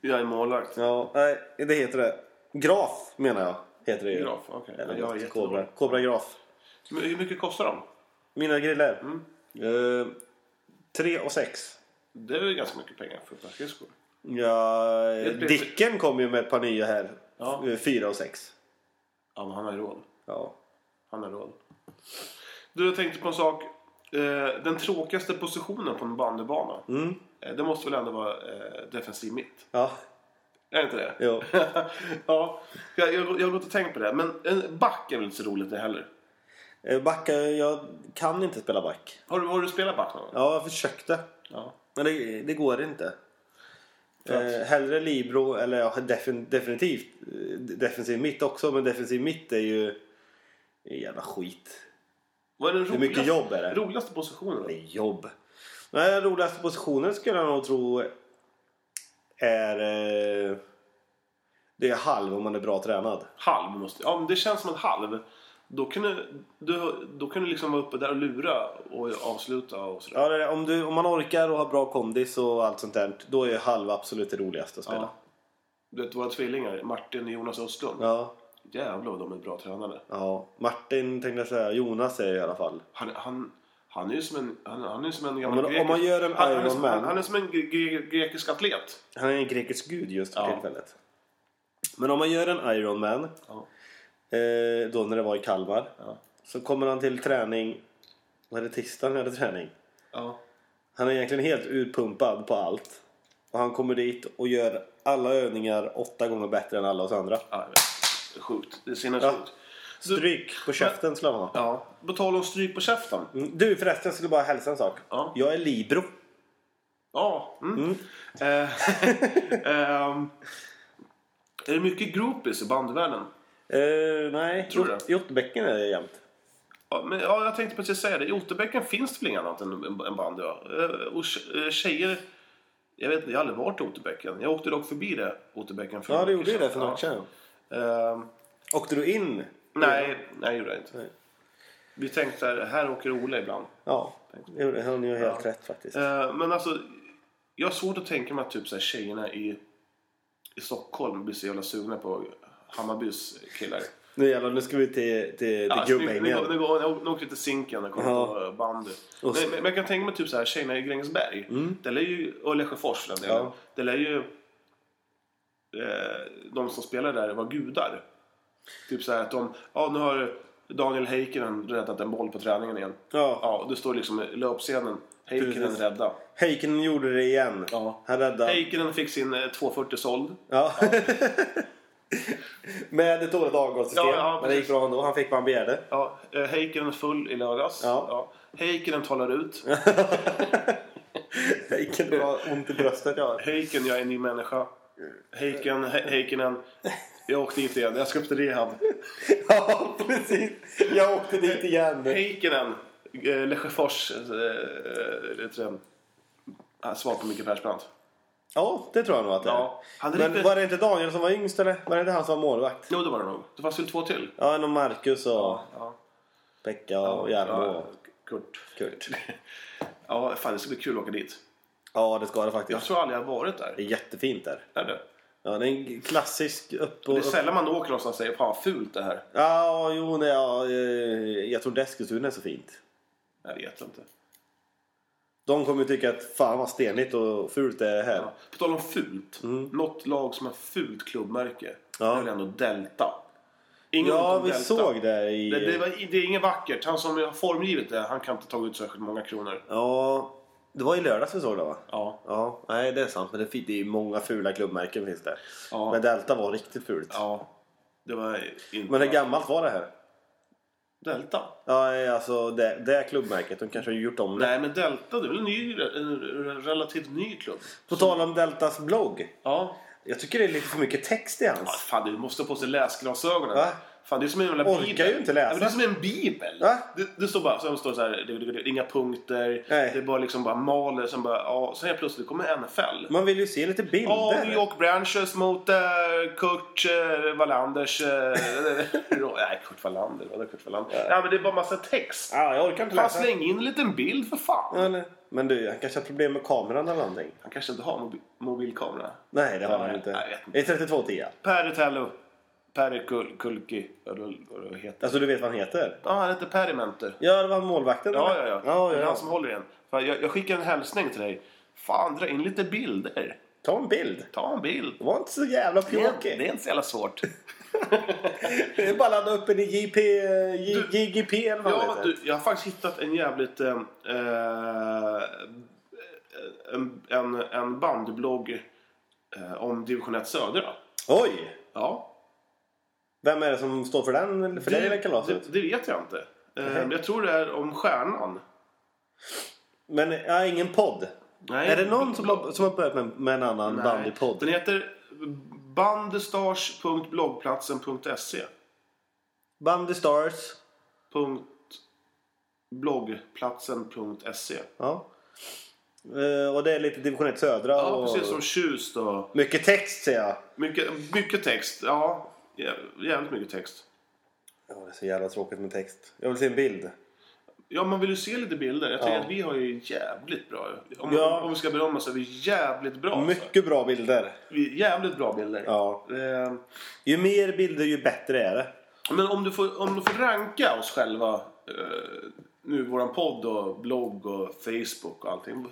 Speaker 3: jag är målvakt.
Speaker 2: Ja, nej, det heter det. Graf menar jag. Heter det ju.
Speaker 3: Graf, okej.
Speaker 2: Eller
Speaker 3: Jag är
Speaker 2: något.
Speaker 3: jättedålig.
Speaker 2: Kobra. Kobra Graf.
Speaker 3: Men Hur mycket kostar de?
Speaker 2: Mina griller.
Speaker 3: Mm.
Speaker 2: Eh, tre och sex.
Speaker 3: Det är väl ganska mycket pengar för ett par skridskor?
Speaker 2: Ja, eh,
Speaker 3: Ett blir-
Speaker 2: Dicken kom ju med ett par nya här.
Speaker 3: Ja.
Speaker 2: Eh, Fyra och sex.
Speaker 3: Ja, men han har ju råd.
Speaker 2: Ja.
Speaker 3: Han har råd. Du, jag tänkte på en sak. Eh, Den tråkigaste positionen på en bandybana.
Speaker 2: Mm.
Speaker 3: eh, Det måste väl ändå vara eh, defensiv mitt?
Speaker 2: Ja,
Speaker 3: Är det inte det?
Speaker 2: jo.
Speaker 3: ja, jag, jag, jag har gått och tänkt på det. Men en back är väl inte så roligt det heller?
Speaker 2: Eh, Backa, jag kan inte spela back.
Speaker 3: Har du, har du spelat back någon gång?
Speaker 2: Ja, jag försökte.
Speaker 3: Ja.
Speaker 2: Men det, det går inte.
Speaker 3: För att-
Speaker 2: Eh, hellre libero, eller ja, defin, definitivt eh, defensiv mitt också. Men defensiv mitt är ju det är jävla skit.
Speaker 3: Vad är den
Speaker 2: Hur mycket
Speaker 3: roligaste-
Speaker 2: jobb är det?
Speaker 3: Roligaste positionen då?
Speaker 2: Det är jobb. Nej, den roligaste positionen skulle jag nog tro är... Eh, det är halv om man är bra tränad.
Speaker 3: Halv måste... Ja, men det känns som en halv. Då kan du, du, då kan du liksom vara uppe där och lura och avsluta och sådär.
Speaker 2: Ja, det är, om, du, om man orkar och har bra kondis och allt sånt där, då är halv absolut det roligaste att spela.
Speaker 3: Ja. Du vet våra tvillingar, Martin och Jonas Östlund.
Speaker 2: Ja.
Speaker 3: Jävlar vad de är bra tränade.
Speaker 2: ja. Martin tänkte jag säga. Jonas är i alla fall.
Speaker 3: Han, han, han är ju som en, han, han är som en gammal
Speaker 2: men om man gör en
Speaker 3: han, han, är
Speaker 2: Iron
Speaker 3: som,
Speaker 2: Man.
Speaker 3: han, han är som en gre, gre, grekisk atlet.
Speaker 2: Han är en grekisk gud just för
Speaker 3: Ja.
Speaker 2: tillfället. Men om man gör en Ironman,
Speaker 3: Ja.
Speaker 2: eh, då när det var i Kalmar,
Speaker 3: Ja.
Speaker 2: så kommer han till träning... Var det tisdagen vi hade träning?
Speaker 3: Ja.
Speaker 2: Han är egentligen helt urpumpad på allt. Och han kommer dit och gör alla övningar åtta gånger bättre än alla oss andra.
Speaker 3: jag vet. Det är Sjukt. Det är sinnessjukt.
Speaker 2: Stryk på käften skulle han ha.
Speaker 3: Ja. På tal om stryk på käften.
Speaker 2: Mm, Du förresten, jag skulle bara hälsa en sak.
Speaker 3: Ja.
Speaker 2: Jag är libero.
Speaker 3: Ja. Mm. Eh, ehm, är det mycket groupies i bandvärlden?
Speaker 2: Eh, nej,
Speaker 3: Tror du
Speaker 2: Jot-
Speaker 3: det?
Speaker 2: Jottbäcken är det jämt.
Speaker 3: Ja, men, ja, jag tänkte precis säga det. I Otterbäcken finns det väl inget annat än, än bandy? Ja. Eh, Och tje- eh, tjejer... Jag vet inte, jag har aldrig varit i Otterbäcken. Jag åkte dock förbi det, Otterbäcken. för
Speaker 2: Ja,
Speaker 3: några
Speaker 2: du
Speaker 3: veckor
Speaker 2: gjorde ju
Speaker 3: sedan.
Speaker 2: det för
Speaker 3: Ja.
Speaker 2: några matchen.
Speaker 3: Ehm,
Speaker 2: Åkte du in?
Speaker 3: nej, nej, det gjorde jag inte.
Speaker 2: Nej.
Speaker 3: Vi tänkte så här, här åker Ola ibland.
Speaker 2: Ja, det gjorde- han gör helt rätt faktiskt.
Speaker 3: Eh, men alltså, jag har svårt att tänka mig att typ så här, tjejerna i, i Stockholm blir så jävla sugna på Hammarbys killar.
Speaker 2: Nu jävlar, nu ska vi till, till, till
Speaker 3: Ja, nu, nu, nu,
Speaker 2: gubbhängen.
Speaker 3: nu, nu, nu åkte till Zinken och kollade
Speaker 2: Ja.
Speaker 3: på bandy.
Speaker 2: Och
Speaker 3: Men,
Speaker 2: så-
Speaker 3: men jag kan tänka mig typ så här, tjejerna i Grängesberg. Det är ju, och Lesjöfors för den delen.
Speaker 2: Ja.
Speaker 3: Det är ju eh, de som spelar där var gudar. Typ så här att de, ja nu har Daniel Heikkinen räddat en boll på träningen igen.
Speaker 2: Ja.
Speaker 3: Ja, och det står liksom i löpscenen. Heikkinen
Speaker 2: Precis.
Speaker 3: rädda.
Speaker 2: Heikkinen gjorde det igen.
Speaker 3: Ja.
Speaker 2: Han räddade.
Speaker 3: Heikkinen fick sin eh, 240 såld.
Speaker 2: Ja. Med ett dåligt avgångssystem.
Speaker 3: Ja, ja,
Speaker 2: men det gick
Speaker 3: precis.
Speaker 2: bra ändå. Han fick vad han begärde.
Speaker 3: Ja, eh, Heikkinen full i lördags.
Speaker 2: Ja.
Speaker 3: Heikkinen talar ut.
Speaker 2: Vilket bra ont i bröstet jag har.
Speaker 3: Heiken, jag är en ny människa. Heiken, He- Heikinen. Jag åkte hit igen, jag ska upp till rehab.
Speaker 2: Ja, precis. Jag åkte dit igen.
Speaker 3: Heikinen, eh, Lesjöfors. eh, eh, vet du det? Ah, Svar på Micke Persbrandt.
Speaker 2: Ja, det tror jag nog att det är.
Speaker 3: Ja, han är
Speaker 2: Men
Speaker 3: lite-
Speaker 2: var det inte Daniel som var yngst eller? Var det inte han som var målvakt?
Speaker 3: Jo, det var det nog. Det fanns väl två till?
Speaker 2: Ja, och Marcus och Pekka och Jarmo
Speaker 3: ja,
Speaker 2: och
Speaker 3: Kurt.
Speaker 2: Kurt.
Speaker 3: Ja, fan det ska bli kul att åka dit.
Speaker 2: Ja, det ska det
Speaker 3: Jag
Speaker 2: faktiskt.
Speaker 3: tror aldrig jag har varit
Speaker 2: Det
Speaker 3: där.
Speaker 2: är jättefint där.
Speaker 3: Är det?
Speaker 2: Ja, det är en klassisk upp och...
Speaker 3: Det
Speaker 2: Upp...
Speaker 3: är sällan man åker någonstans och säger fan vad fult det här.
Speaker 2: Ja, jo, nej, ja, eh, jag tror Eskilstuna är så fint.
Speaker 3: Jag vet inte.
Speaker 2: De kommer ju tycka att fan vad stenigt och fult det är här.
Speaker 3: Ja. På tal om fult. Något lag som har fult klubbmärke.
Speaker 2: Mm. Ja.
Speaker 3: Det är väl ändå Delta. Ingen
Speaker 2: Ja,
Speaker 3: ont om
Speaker 2: vi
Speaker 3: Delta.
Speaker 2: såg det i...
Speaker 3: Det, det, var, det är inget vackert. Han som har formgivit det, han kan inte ta ut särskilt många kronor.
Speaker 2: Ja, det var i lördags vi såg det va?
Speaker 3: Ja.
Speaker 2: Ja, nej det är sant. Men det, fin- det är ju många fula klubbmärken finns det.
Speaker 3: Ja.
Speaker 2: Men Delta var riktigt fult.
Speaker 3: ja. Det var inte...
Speaker 2: Men hur gammalt var det här?
Speaker 3: Delta?
Speaker 2: Ja, alltså det, det är klubbmärket. De kanske har gjort om det.
Speaker 3: Nej, men Delta det är väl en, ny, en relativt ny klubb?
Speaker 2: På tal om Deltas blogg.
Speaker 3: Ja.
Speaker 2: Jag tycker det är lite för mycket text i
Speaker 3: Ja,
Speaker 2: hans.
Speaker 3: Fan, du måste ha på sig läsglasögonen.
Speaker 2: Va?
Speaker 3: Fan, det är som en jävla
Speaker 2: Orkar
Speaker 3: bibel.
Speaker 2: ju inte läsa.
Speaker 3: Ja, men det är som en bibel.
Speaker 2: Va?
Speaker 3: Det, det står bara så, det står så här, det, det, det, är inga punkter.
Speaker 2: Nej.
Speaker 3: Det är bara liksom bara maler. Sen bara, ja, sen helt plötsligt kommer NFL.
Speaker 2: Man vill ju se lite bilder.
Speaker 3: Ja, New York Branches mot eh, Kurt eh, Wallanders... eh, nej, Kurt Wallander. Vadå Kurt Wallander? Nej, men det är bara massa text.
Speaker 2: Ja, Ah, jag orkar inte
Speaker 3: Fan,
Speaker 2: läsa.
Speaker 3: släng in en liten bild för fan.
Speaker 2: Ja, Eller? Men du, han kanske har problem med kameran eller någonting.
Speaker 3: Han kanske inte har mobi- mobilkamera.
Speaker 2: Nej, det har
Speaker 3: Nej,
Speaker 2: han inte.
Speaker 3: jag vet
Speaker 2: Det
Speaker 3: inte.
Speaker 2: är 3210.
Speaker 3: Perry Tello. Perry Kul- Kulki. Eller vad det heter.
Speaker 2: Alltså du vet vad han heter?
Speaker 3: Ja, han heter Perry Menter.
Speaker 2: Ja, det var målvakten.
Speaker 3: Ja, ja,
Speaker 2: eller?
Speaker 3: ja.
Speaker 2: ja, ja,
Speaker 3: Det är
Speaker 2: ja.
Speaker 3: han som håller i den. Fan, jag, jag skickar en hälsning till dig. Fan, dra in lite bilder.
Speaker 2: Ta en bild.
Speaker 3: Ta en bild.
Speaker 2: Det var inte så jävla
Speaker 3: Det är,
Speaker 2: pjåkigt.
Speaker 3: det är inte så jävla svårt.
Speaker 2: Det är bara att ladda upp en i JP, J,
Speaker 3: Du-
Speaker 2: JGP eller vad han
Speaker 3: ja,
Speaker 2: heter.
Speaker 3: du, jag har faktiskt hittat en jävligt... Eh, eh, en, en, en bandblogg eh, om Division 1 Södra.
Speaker 2: Oj!
Speaker 3: Ja.
Speaker 2: Vem är det som står för den, för det, lilla kalaset?
Speaker 3: det, det vet jag inte. Eh, men jag tror det är om Stjärnan.
Speaker 2: Men ja, ingen podd.
Speaker 3: Nej,
Speaker 2: Är det någon som har, som har börjat med, med en annan
Speaker 3: Nej.
Speaker 2: bandypodd?
Speaker 3: Den heter bandestars.bloggplatsen.se.
Speaker 2: Bandy Stars.
Speaker 3: bloggplatsen.se.
Speaker 2: Ja. Eh, och det är lite division 1 södra
Speaker 3: Ja,
Speaker 2: och
Speaker 3: precis som Tjust och
Speaker 2: mycket text ser jag.
Speaker 3: mycket, mycket text. Ja, jä- jävligt mycket text.
Speaker 2: Ja, det är så jävla tråkigt med text. Jag vill se en bild.
Speaker 3: Ja, man vill ju se lite bilder. Jag tycker
Speaker 2: Ja.
Speaker 3: att vi har ju jävligt bra. Om,
Speaker 2: Ja.
Speaker 3: om vi ska berömma så är vi jävligt bra. alltså.
Speaker 2: Mycket bra bilder.
Speaker 3: Vi är jävligt bra bilder.
Speaker 2: Ja.
Speaker 3: Eh,
Speaker 2: Ju mer bilder ju bättre är det.
Speaker 3: Men om du, får, om du får ranka oss själva, eh, nu våran podd och blogg och Facebook och allting.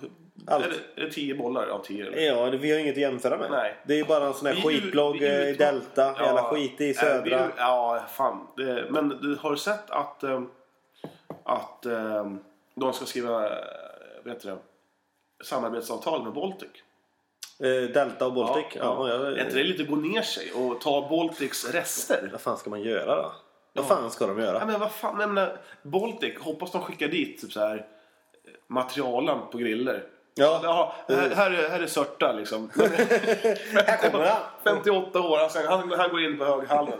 Speaker 2: Allt.
Speaker 3: Är, det, är det tio bollar av tio? Eller?
Speaker 2: Ja, det- vi har inget att jämföra med.
Speaker 3: Nej.
Speaker 2: Det är ju bara en sån här
Speaker 3: Vi-
Speaker 2: skitblogg
Speaker 3: vi- vi-
Speaker 2: eh, i Delta. Jävla skit i
Speaker 3: eh,
Speaker 2: södra.
Speaker 3: vi- ja, fan. Det, men du har du sett att, eh, att eh, de ska skriva eh, vet du, det, samarbetsavtal med Baltic?
Speaker 2: Eh, Delta och Baltic. Ja, ja.
Speaker 3: Är inte det lite att gå ner sig och ta Baltics rester?
Speaker 2: Vad fan ska man göra då? Vad fan ska de
Speaker 3: Ja,
Speaker 2: göra?
Speaker 3: men vad fan, jag menar, Baltic, hoppas de skickar dit typ så här eh, materialen på griller.
Speaker 2: Ja. Eh,
Speaker 3: Jaha, här, här, är, här är Sörta liksom.
Speaker 2: Här kommer han!
Speaker 3: 58 år, alltså, han, han går in på höghallen.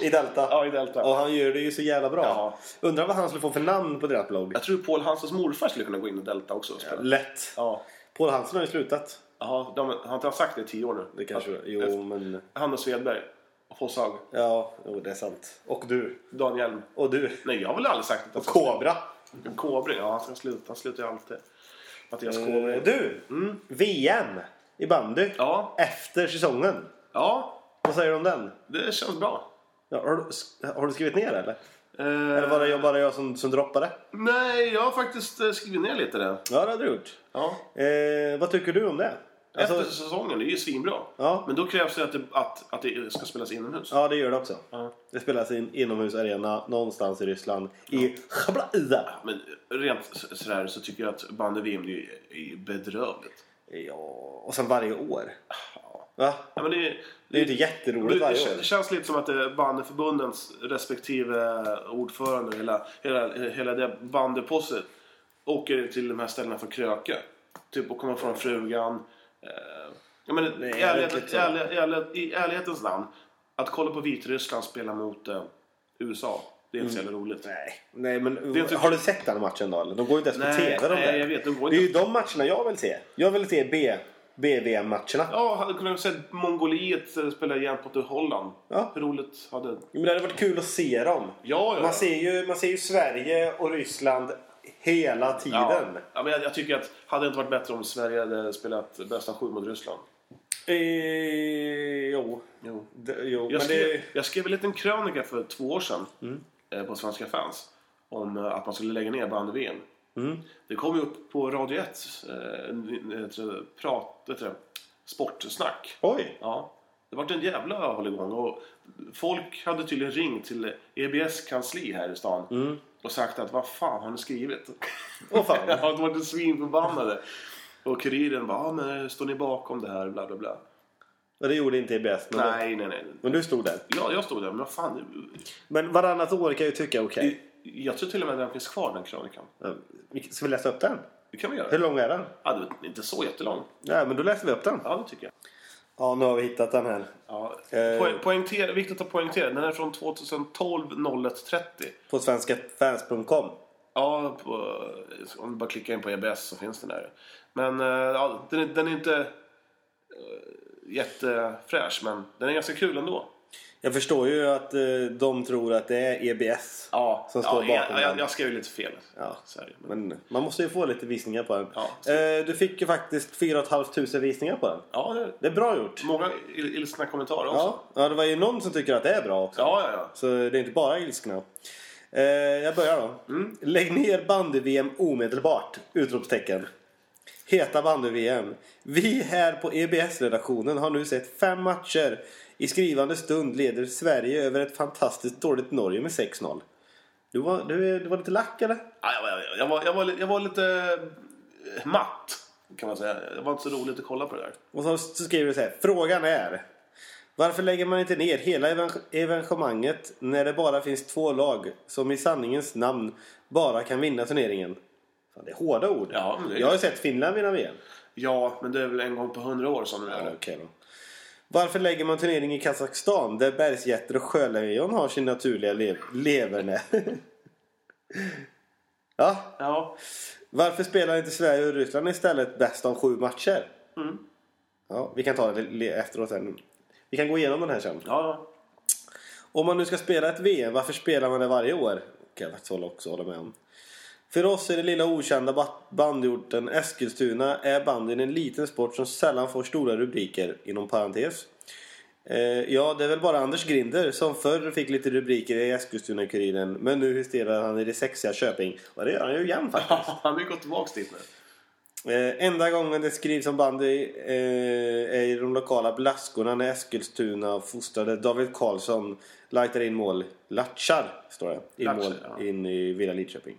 Speaker 2: I Delta.
Speaker 3: Ja, i Delta.
Speaker 2: Och han gör det ju så jävla bra.
Speaker 3: Ja.
Speaker 2: Undrar vad han skulle få för namn på deras blogg.
Speaker 3: Jag tror Paul Hansens morfar skulle kunna gå in i Delta också och spela.
Speaker 2: Lätt.
Speaker 3: Ja.
Speaker 2: Paul Hansen har ju slutat.
Speaker 3: Jaha, de, har inte han sagt det i tio år nu?
Speaker 2: Det kanske...
Speaker 3: Att-
Speaker 2: Jo, men...
Speaker 3: Han och Svedberg. Och Fosshaug.
Speaker 2: Ja, jo, det är sant. Och du.
Speaker 3: Dan Hjelm.
Speaker 2: Och du.
Speaker 3: Nej, jag har väl aldrig sagt att han ska
Speaker 2: Kobra.
Speaker 3: sluta. Kobring. Ja, han ska sluta. Han slutar ju alltid. Mattias Kobring.
Speaker 2: Eh, Du! VM i bandy.
Speaker 3: Ja.
Speaker 2: Efter säsongen.
Speaker 3: Ja,
Speaker 2: Vad säger du om den?
Speaker 3: det känns bra.
Speaker 2: Ja, har, du, har du skrivit ner det eller?
Speaker 3: Eh,
Speaker 2: Eller var det jag, bara jag som, som droppade?
Speaker 3: Nej, jag har faktiskt eh, skrivit ner lite där.
Speaker 2: Ja, det har du gjort.
Speaker 3: Ja.
Speaker 2: Eh, vad tycker du om det?
Speaker 3: Efter
Speaker 2: Alltså,
Speaker 3: säsongen, det är ju svinbra.
Speaker 2: Ja.
Speaker 3: Men då krävs det att det, att, att det ska spelas inomhus.
Speaker 2: ja, det gör det också.
Speaker 3: Ja.
Speaker 2: Det spelas i en inomhusarena någonstans i Ryssland. I Chablaida.
Speaker 3: Men rent så- sådär så tycker jag att bandy-VM det är- är ju bedrövligt.
Speaker 2: Ja, och sen varje år. Va?
Speaker 3: Ja, men det, är-
Speaker 2: Det är ju inte jätteroligt
Speaker 3: det,
Speaker 2: varje år.
Speaker 3: det, det känns lite som att det är bandyförbundens respektive eh, ordförande, hela, hela, hela det bandyposset, åker till de här ställena för att kröka. Typ och komma från frugan. Eh, Jag menar,
Speaker 2: Nej,
Speaker 3: i, ärlighet,
Speaker 2: riktigt.
Speaker 3: i, ärlighet, i, ärlighet, I ärlighetens namn, att kolla på Vitryssland spela mot eh, USA, det är inte så jävla
Speaker 2: Mm.
Speaker 3: roligt.
Speaker 2: Nej, nej men
Speaker 3: Det är inte-
Speaker 2: har du sett den matchen då? Eller? De går ju inte ens på
Speaker 3: Nej,
Speaker 2: TV de
Speaker 3: nej,
Speaker 2: där.
Speaker 3: jag vet, de går
Speaker 2: det är ju
Speaker 3: inte-
Speaker 2: de matcherna jag vill se. Jag vill se B, BVM-matcherna. Ja.
Speaker 3: Ja, hade kunnat se Mongoliet eh, spela igen mot Holland.
Speaker 2: Ja.
Speaker 3: Hur roligt hade...
Speaker 2: Men det hade varit kul att se dem.
Speaker 3: Ja, ja.
Speaker 2: Man, ser ju, man ser ju Sverige och Ryssland hela tiden.
Speaker 3: Ja, men jag, jag tycker att hade det inte varit bättre om Sverige hade spelat bästa sju mot Ryssland?
Speaker 2: Eh, jo.
Speaker 3: Jo.
Speaker 2: Det, jo.
Speaker 3: Jag,
Speaker 2: Men
Speaker 3: skrev,
Speaker 2: det, Mm.
Speaker 3: jag skrev en liten krönika för två år sedan eh, på Svenska fans om eh, att man skulle lägga ner bandy-VM.
Speaker 2: Mm.
Speaker 3: Det kom ju upp på Radio 1, eh, en- ett, eh, prat, ett, eh, sportsnack.
Speaker 2: oj!
Speaker 3: Ja, det var en jävla hålligång och folk hade tydligen ringt till EBS kansli här i stan
Speaker 2: Mm.
Speaker 3: och sagt att vad fan har ni skrivit?
Speaker 2: Åh fan.
Speaker 3: Ja, de var svinförbannade. Och kuriren bara, ah, men står ni bakom det här? Bla bla bla.
Speaker 2: Och det gjorde inte EBS. Men,
Speaker 3: Nej, nej, nej.
Speaker 2: men du stod där.
Speaker 3: Ja, jag stod där, men vad fan.
Speaker 2: Men varannat år kan jag ju tycka okej.
Speaker 3: Jag, jag tror till och med att den finns kvar, den krönikan.
Speaker 2: Ja, vi- Ska vi läsa upp den?
Speaker 3: Det kan vi göra.
Speaker 2: Hur lång är den?
Speaker 3: Ja, det var inte så jättelång.
Speaker 2: Nej, men då läser vi upp den.
Speaker 3: Ja, det tycker jag.
Speaker 2: Ja, nu har vi hittat den här.
Speaker 3: Ja.
Speaker 2: Eh.
Speaker 3: Poäng, poängtera, viktigt att poängtera, den är från 2012 01.30.
Speaker 2: På svenskafans.com.
Speaker 3: Ja, på, om du bara klickar in på EBS så finns den där. Men eh, ja, den, är- den är inte eh, jättefräsch, men den är ganska kul ändå.
Speaker 2: Jag förstår ju att eh, de tror att det är EBS.
Speaker 3: Ja,
Speaker 2: Som står
Speaker 3: ja,
Speaker 2: bakom
Speaker 3: jag, jag,
Speaker 2: den.
Speaker 3: jag skrev ju lite fel.
Speaker 2: Ja.
Speaker 3: Så här, men,
Speaker 2: Men man måste ju få lite visningar på den.
Speaker 3: Ja.
Speaker 2: Eh, du fick ju faktiskt 4 500 visningar på den.
Speaker 3: ja, det,
Speaker 2: Det är bra gjort.
Speaker 3: många il- ilskna kommentarer också.
Speaker 2: Ja, ja det var ju någon som tycker att det är bra också.
Speaker 3: Ja, ja, ja.
Speaker 2: Så det är inte bara ilskna. Eh, jag börjar då. Lägg ner bandy-VM omedelbart! Utropstecken. Heta bandy-VM. Vi här på EBS-redaktionen har nu sett fem matcher. I skrivande stund leder Sverige över ett fantastiskt dåligt Norge med 6-0. Du var, du, är- du var lite lack eller?
Speaker 3: Ja, jag, var- jag, var, jag, var, li- jag var lite eh, matt, kan man säga. Det var inte så roligt att kolla på det där.
Speaker 2: Och så, så skriver du så här. Frågan är. Varför lägger man inte ner hela evan- evenemanget när det bara finns två lag som i sanningens namn bara kan vinna turneringen? Fan, det är hårda ord.
Speaker 3: Ja, men det är-
Speaker 2: Jag har ju sett Finland vinna VM.
Speaker 3: Ja, men det är väl en gång på hundra år som det är.
Speaker 2: Ja, okej då. Varför lägger man turnering i Kazakstan där bergsgetter och sjölejon har sin naturliga le- leverne? ja,
Speaker 3: Ja,
Speaker 2: varför spelar inte Sverige och Ryssland istället bäst av sju matcher? Ja, vi kan ta det le- efteråt sen. Vi kan gå igenom den här sen.
Speaker 3: ja.
Speaker 2: Om man nu ska spela ett VM, varför spelar man det varje år? Kan jag faktiskt hålla också hålla med om. För oss i den lilla okända ba- bandyorten Eskilstuna är bandyn en liten sport som sällan får stora rubriker, inom parentes. Eh, ja, det är väl bara Anders Grinder som förr fick lite rubriker i Eskilstuna-Kuriren, men nu hysterar han i det sexiga Köping. Och det gör han ju igen faktiskt.
Speaker 3: Han har ju gått tillbaka dit nu.
Speaker 2: Eh, enda gången det skrivs om bandy eh, är i de lokala blaskorna när Eskilstuna fostrade David Karlsson lightar in mål. Latchar, står det. In
Speaker 3: Latchar,
Speaker 2: mål
Speaker 3: ja.
Speaker 2: in i Villa Lidköping.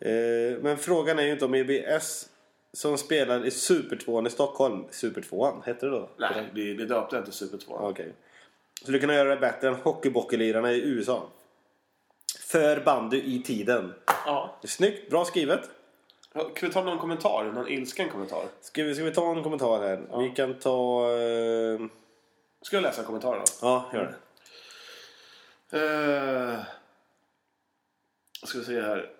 Speaker 2: Eh, men frågan är ju inte om EBS som spelar i Supertvåan i Stockholm. Supertvåan, hette det då?
Speaker 3: Nej, vi, vi döpte inte Super 2.
Speaker 2: Ja, Okej. Skulle kunna göra det bättre än hockeybockelirarna i USA. För bandy i tiden.
Speaker 3: Ja.
Speaker 2: Snyggt, bra skrivet.
Speaker 3: Kan vi ta någon kommentar? Någon ilsken kommentar?
Speaker 2: Ska vi, ska vi ta en kommentar här? Vi kan ta... Eh,
Speaker 3: Ska jag läsa kommentaren då?
Speaker 2: ja, gör det.
Speaker 3: Eh, ska vi se här.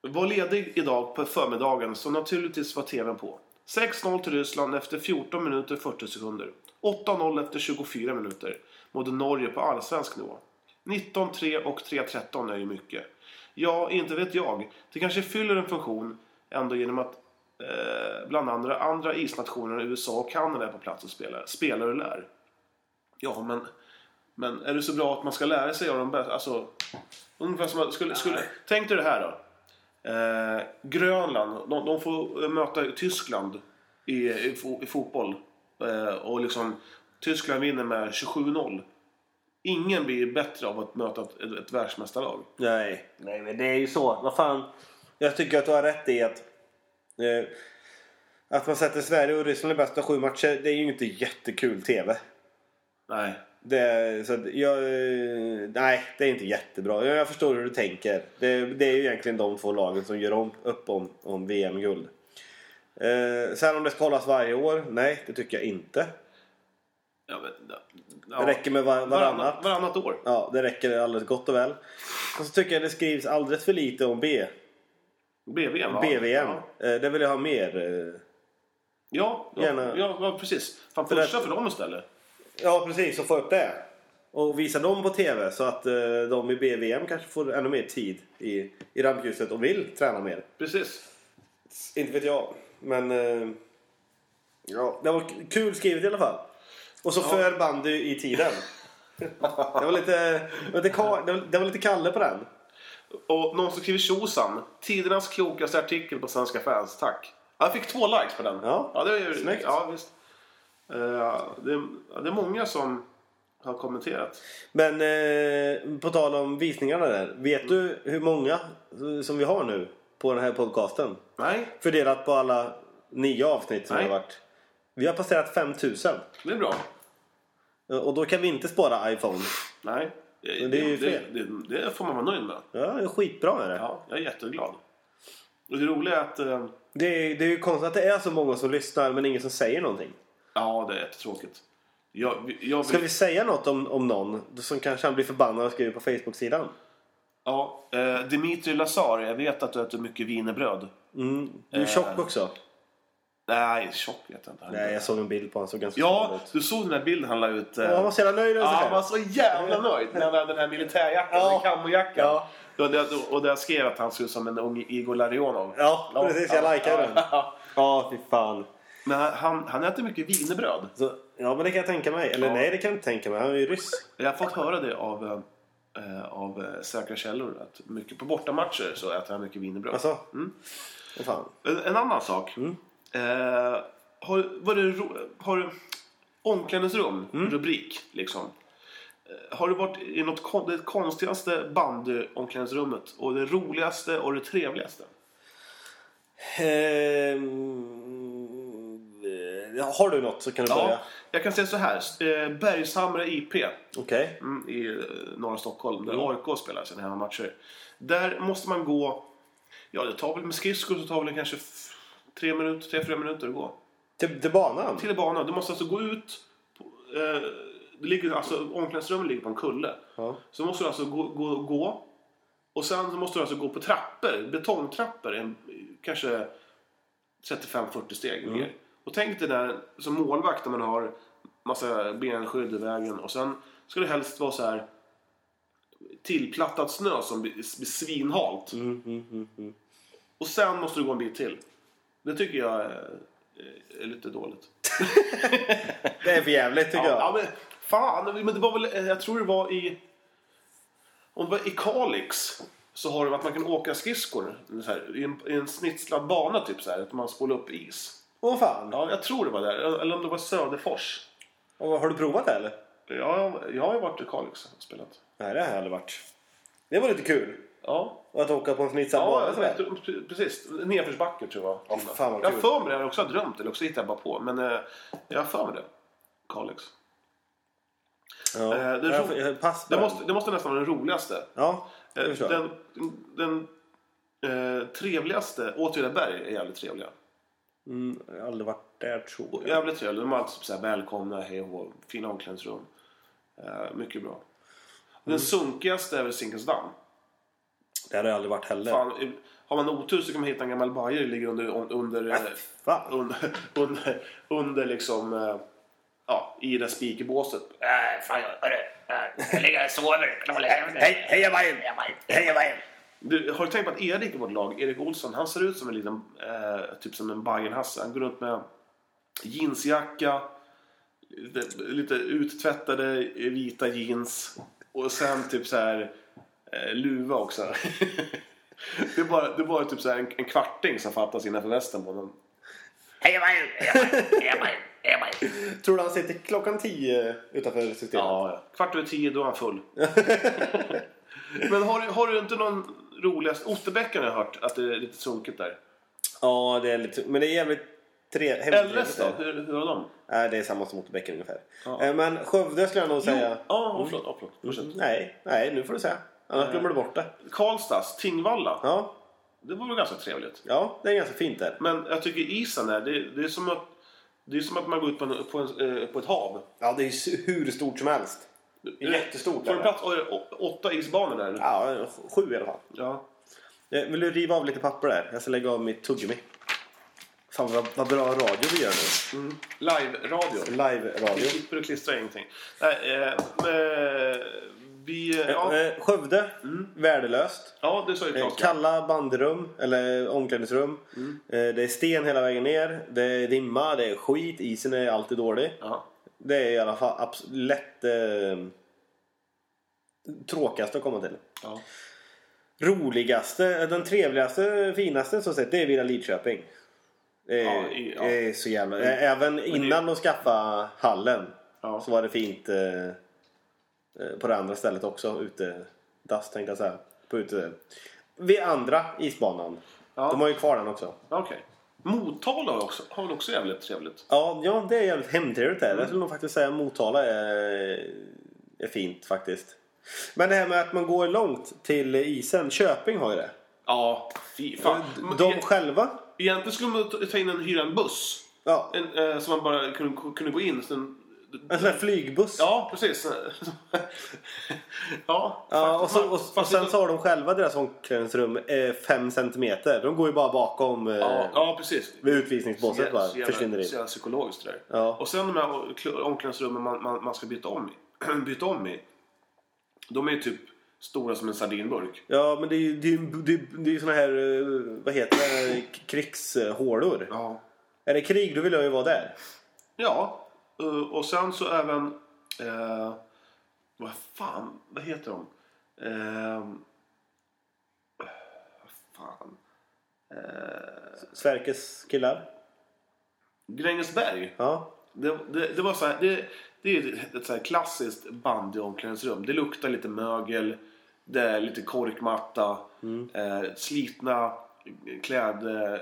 Speaker 3: Var ledig idag på förmiddagen så naturligtvis var tvn på. 6-0 till Ryssland efter 14 minuter 40 sekunder. 8-0 efter 24 minuter. Mot Norge på allsvensk nivå. 19-3 och 3-13 är ju mycket. Ja, inte vet jag. Det kanske fyller en funktion ändå genom att eh, bland andra andra isnationer, USA och Kanada är på plats och spelar. Spelar och lär. Ja, men men är det så bra att man ska lära sig av de bästa? Alltså, ungefär som att, skulle, skulle, tänk dig det här då. Eh, Grönland, de, de får eh, möta Tyskland i, i, fo, i fotboll. Eh, och liksom, Tyskland vinner med 27-0. Ingen blir bättre av att möta ett, ett, ett världsmästarlag.
Speaker 2: Nej. Nej, men det är ju så. Vad fan. Jag tycker att du har rätt i att... Eh, att man sätter Sverige och Ryssland i bästa sju matcher, det är ju inte jättekul TV.
Speaker 3: Nej.
Speaker 2: Det är, så att jag, eh, nej, det är inte jättebra. Jag, jag förstår hur du tänker. Det, det är ju egentligen de två lagen som gör om, upp om, om VM-guld. Eh, sen om det ska hållas varje år? Nej, det tycker jag inte.
Speaker 3: Ja, men, ja.
Speaker 2: Det räcker med var, varannat.
Speaker 3: Varannat, varannat år.
Speaker 2: Ja, det räcker alldeles gott och väl. Och så tycker jag det skrivs alldeles för lite om B.
Speaker 3: BVM. va?
Speaker 2: BVM.
Speaker 3: Ja,
Speaker 2: Eh, Det vill jag ha mer. eh.
Speaker 3: ja, ja,
Speaker 2: Gärna.
Speaker 3: ja, ja precis. Fan,
Speaker 2: För att-
Speaker 3: pusha för dem istället.
Speaker 2: Ja, precis. Och få upp det. Och visa dem på TV så att eh, de i BVM kanske får ännu mer tid i, i rampljuset och vill träna mer.
Speaker 3: Precis.
Speaker 2: Inte vet jag. Men eh, ja, det var k- kul skrivet i alla fall. Och så för bandy i tiden. Det var lite, det var lite, ka- det var- det var lite Kalle på den.
Speaker 3: Och någon som skriver tjosan. Tidernas klokaste artikel på Svenska fans. Tack. Ja, jag fick två likes på den.
Speaker 2: Ja,
Speaker 3: det är,
Speaker 2: snyggt.
Speaker 3: Ja, visst. Eh, det, är, ja, det är många som har kommenterat.
Speaker 2: Men eh, på tal om visningarna där. Vet du hur många eh, som vi har nu på den här podcasten?
Speaker 3: Nej,
Speaker 2: Fördelat på alla nio avsnitt som
Speaker 3: Nej.
Speaker 2: har varit. Vi har passerat 5000.
Speaker 3: det är bra.
Speaker 2: Och då kan vi inte spara iPhone.
Speaker 3: Nej.
Speaker 2: Men det är ju
Speaker 3: det,
Speaker 2: fel.
Speaker 3: Det, det, det får man vara nöjd med.
Speaker 2: Ja, det är skitbra är det.
Speaker 3: Ja, jag är jätteglad. Och det roliga är att... eh,
Speaker 2: Det är, det är ju konstigt att det är så många som lyssnar men ingen som säger någonting.
Speaker 3: Ja, det är jättetråkigt. Jag, jag
Speaker 2: Ska
Speaker 3: vill,
Speaker 2: vi säga något om, om någon som kanske han blir förbannad och skriver på Facebook-sidan?
Speaker 3: ja, eh, Dimitri Lazar, jag vet att du äter mycket wienerbröd.
Speaker 2: Mm. Du är tjock också.
Speaker 3: Nej, tjock vet jag inte.
Speaker 2: Nej, jag såg en bild på honom som ganska smal
Speaker 3: Ja,
Speaker 2: ut.
Speaker 3: du såg den där bilden han la ut. eh,
Speaker 2: Ja, Han var så jävla nöjd över
Speaker 3: Ja,
Speaker 2: sig
Speaker 3: han
Speaker 2: själv.
Speaker 3: var så jävla nöjd när han hade den här militärjackan,
Speaker 2: Ja.
Speaker 3: den kamojackan.
Speaker 2: Ja.
Speaker 3: Och, där, och där skrev att han såg ut som en ung Igor Larionov.
Speaker 2: Ja, precis. Jag likar
Speaker 3: ja,
Speaker 2: den.
Speaker 3: ja.
Speaker 2: Ja, fy fan.
Speaker 3: Men han- han, han äter mycket wienerbröd.
Speaker 2: Så, ja, men det kan jag tänka mig. Eller
Speaker 3: Ja.
Speaker 2: nej, det kan jag inte tänka mig. Han är ju ryss.
Speaker 3: Jag har fått höra det av, eh, eh, av eh, säkra källor. Att mycket, på bortamatcher så äter han mycket wienerbröd.
Speaker 2: Alltså.
Speaker 3: Mm.
Speaker 2: Vad fan.
Speaker 3: En, en annan sak. Eh, har, var det, ro- har du omklädningsrum, rubrik liksom. Eh, Har du varit i något kon- det konstigaste bandyomklädningsrummet och det roligaste och det trevligaste?
Speaker 2: Ehm, eh, har du något så kan du
Speaker 3: Ja,
Speaker 2: börja.
Speaker 3: jag kan säga så här. S- eh, Bergshamra IP
Speaker 2: Okej.
Speaker 3: mm, i eh, norra Stockholm där AIK spelar sina hemmamatcher. Där måste man gå, ja det tar väl med skridskor så tar väl det kanske f- tre minuter, tre, fyra minuter att gå.
Speaker 2: Till, till banan?
Speaker 3: Till banan. Du måste alltså gå ut, på, eh, det ligger, alltså omklädningsrummet ligger på en kulle.
Speaker 2: Ja.
Speaker 3: Så måste du alltså gå, gå, gå och sen så måste du alltså gå på trappor, betongtrappor, en, kanske 35-40 steg
Speaker 2: Mm.
Speaker 3: ner. Och tänk dig där som målvakt när man har massa benskydd i vägen och sen ska det helst vara så här tillplattad snö som blir, blir svinhalt.
Speaker 2: Mm, mm, mm, mm.
Speaker 3: Och sen måste du gå en bit till. Det tycker jag är, är lite dåligt.
Speaker 2: Det är för jävligt tycker
Speaker 3: Ja,
Speaker 2: jag.
Speaker 3: men fan, men det var väl, eh, jag tror det var i... Om det var i Kalix så har de att man kan åka skridskor så här, i, en, i en snitslad bana typ så här, att man spolar upp is.
Speaker 2: Åh fan.
Speaker 3: Ja, jag tror det var där. Eller om det var Söderfors.
Speaker 2: Och Har du provat det eller?
Speaker 3: Ja, jag har ju varit i Kalix och spelat.
Speaker 2: Nej, det har jag aldrig varit. Det var lite kul.
Speaker 3: Ja,
Speaker 2: Att åka på en snitsad
Speaker 3: ja
Speaker 2: bana
Speaker 3: jag
Speaker 2: sådär.
Speaker 3: tror- pre- precis. Nedförsbacke tror jag.
Speaker 2: Ja, fan, vad
Speaker 3: jag
Speaker 2: kul.
Speaker 3: har för mig det. Jag har också drömt eller också hittar jag bara på. Men eh, jag har för mig det. Kalix.
Speaker 2: Ja.
Speaker 3: Eh, det är
Speaker 2: jag,
Speaker 3: så-
Speaker 2: jag, pass på
Speaker 3: Det
Speaker 2: den.
Speaker 3: måste, det måste nästan vara den roligaste.
Speaker 2: Ja, det
Speaker 3: Eh,
Speaker 2: förstår jag.
Speaker 3: Den, den eh, trevligaste, Åtvidaberg är jävligt trevliga.
Speaker 2: Mm, jag har aldrig varit där tror jag.
Speaker 3: Jävligt trevliga. De är alltid typ så här välkomna, hej och hå, fina omklädningsrum. Eh, mycket bra.
Speaker 2: Mm.
Speaker 3: Den sunkigaste är väl Zinkensdamm.
Speaker 2: Det har jag aldrig varit heller.
Speaker 3: Fan, i- Har man otur så kan man hitta en gammal bajare ligger under, un- under, eh,
Speaker 2: Äh, Fan.
Speaker 3: under, under, under liksom, eh, ja, i det där spikerbåset.
Speaker 4: Äh, fan, hörru. Äh, jag ligger och sover. Knål i helvete.
Speaker 2: Eh, Hej, heja Bajen!
Speaker 4: Hej, Mike.
Speaker 2: Heja Bajen!
Speaker 3: Du, har du tänkt på att Erik i vårt lag, Erik Olsson, han ser ut som en liten, eh, typ som en Bajen-Hasse. Han går runt med jeansjacka, lite- lite uttvättade eh, vita jeans och sen typ så här eh, luva också. det, är bara, det är bara typ så här en, en kvarting som fattas innanför västen på honom.
Speaker 4: Hej, Mike. Hej, Mike. Hej, Mike.
Speaker 2: Tror du han sitter klockan tio utanför systemet?
Speaker 3: Ja, ja. Kvart över tio, då är han full. Men har, du- har du inte någon roligast... Otterbäcken har jag hört att det är lite sunkigt där.
Speaker 2: Ja, det är lite... Men det är jävligt tre... hemskt
Speaker 3: LS
Speaker 2: trevligt
Speaker 3: då?
Speaker 2: där.
Speaker 3: Hur, hur har de?
Speaker 2: Nej, det är samma som Otterbäcken ungefär.
Speaker 3: Ja.
Speaker 2: Eh, Men Skövde skulle jag nog säga. Mm.
Speaker 3: Ja, Eh. oh, förlåt. Oh, förlåt. Fortsätt.
Speaker 2: Nej, nej, nu får du säga. Annars glömmer du bort det.
Speaker 3: Karlstads, Tingvalla.
Speaker 2: Ja,
Speaker 3: Det var väl ganska trevligt.
Speaker 2: ja, det är ganska fint där.
Speaker 3: Men jag tycker isen är, det, det är som att det är som att man går ut på, en, på, en, eh, på ett hav.
Speaker 2: Ja, det är ju s- hur stort som helst. Det är Mm. jättestort.
Speaker 3: Får du
Speaker 2: eller?
Speaker 3: plats? Oj, å- åtta isbanor där?
Speaker 2: Ja, sju i alla fall.
Speaker 3: Ja.
Speaker 2: Eh, Vill du riva av lite papper där? Jag ska lägga av mitt tuggummi. Fan vad, vad bra radio vi gör nu. Mm.
Speaker 3: Live-radio. Vi
Speaker 2: Live-radio.
Speaker 3: klipper och klistrar ingenting. Nej, eh, men, eh, vi...
Speaker 2: Ja.
Speaker 3: Ja, Mm.
Speaker 2: Eh, Skövde, värdelöst.
Speaker 3: ja det sa ju
Speaker 2: Eh,
Speaker 3: Claes.
Speaker 2: Kalla bandrum, eller omklädningsrum. Eh, Det är sten hela vägen ner. Det är dimma, det är skit, isen är alltid dålig.
Speaker 3: Ja.
Speaker 2: Det är i alla fall abs- lätt eh, tråkigast att komma till.
Speaker 3: Ja.
Speaker 2: Roligaste, den trevligaste, finaste som sett, det är Villa Lidköping. Det är,
Speaker 3: Ja, i- ja.
Speaker 2: det är så jävla... Ä- Även innan de skaffade hallen
Speaker 3: Ja.
Speaker 2: så var det fint eh, eh, på det andra stället också. Ute, dass tänkte jag säga. På ute, vid andra isbanan.
Speaker 3: Ja.
Speaker 2: De har ju kvar den också.
Speaker 3: Okej. Motala har också, har väl också jävligt trevligt.
Speaker 2: Ja, ja det är jävligt hemtrevligt där. Jag skulle nog faktiskt säga Motala är, är fint faktiskt. Men det här med att man går långt till isen. Köping har ju det.
Speaker 3: Ja, fy fan.
Speaker 2: De
Speaker 3: E-
Speaker 2: själva.
Speaker 3: Egentligen skulle man ta- ta in en, hyra en buss.
Speaker 2: Ja,
Speaker 3: En, eh, som man bara kunde, kunde gå in. Sen,
Speaker 2: en sån här flygbuss.
Speaker 3: ja, precis. ja,
Speaker 2: Ja, och, så, och,
Speaker 3: fast-
Speaker 2: och
Speaker 3: fast
Speaker 2: sen
Speaker 3: utan-
Speaker 2: så har de själva deras omklädningsrum 5 centimeter. De går ju bara bakom eh,
Speaker 3: Ja, ja precis.
Speaker 2: vid utvisningsbåset bara.
Speaker 3: Så jävla-
Speaker 2: Försvinner
Speaker 3: Så
Speaker 2: in.
Speaker 3: jävla psykologiskt det där.
Speaker 2: Ja.
Speaker 3: Och sen de här kl- omklädningsrummen man, man, man ska byta om, i- byta om i. De är ju typ stora som en sardinburk.
Speaker 2: Ja, men det är ju det är, ju- det är, ju- det är ju såna här, eh, vad heter det, K- krigshålor.
Speaker 3: Ja.
Speaker 2: Är det krig då vill jag ju vara där.
Speaker 3: Ja. eh, Och sen så även... Eh, vad fan, vad heter de? Eh, vad fan.
Speaker 2: Sverkes killar.
Speaker 3: Grängesberg.
Speaker 2: Ja.
Speaker 3: Det, det, det var så här, det, det är ju ett så här klassiskt bandyomklädningsrum. Det luktar lite mögel, det är lite korkmatta,
Speaker 2: Mm.
Speaker 3: eh, slitna kläd, eh,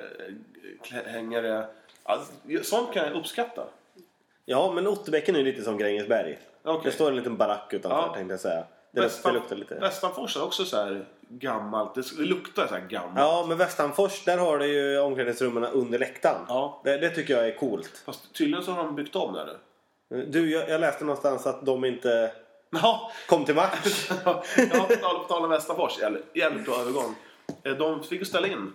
Speaker 3: klädhängare. Alltså, sånt kan jag uppskatta.
Speaker 2: Ja, men Otterbäcken är ju lite som Grängesberg.
Speaker 3: Okej.
Speaker 2: Det står en liten barack utanför
Speaker 3: Ja.
Speaker 2: tänkte jag säga. Det, luktar, det luktar lite.
Speaker 3: Västanfors är också så här gammalt. Det, det luktar så här gammalt.
Speaker 2: Ja, men Västanfors, där har du ju omklädningsrummen under läktaren.
Speaker 3: Ja.
Speaker 2: Det, det tycker jag är coolt.
Speaker 3: Fast tydligen så har de byggt om det nu.
Speaker 2: Du, jag, jag läste någonstans att de inte
Speaker 3: Ja,
Speaker 2: kom till match.
Speaker 3: ja, på tal- på tal om Västanfors. Jävligt, jävligt bra övergång. Eh, De fick ju ställa in mm,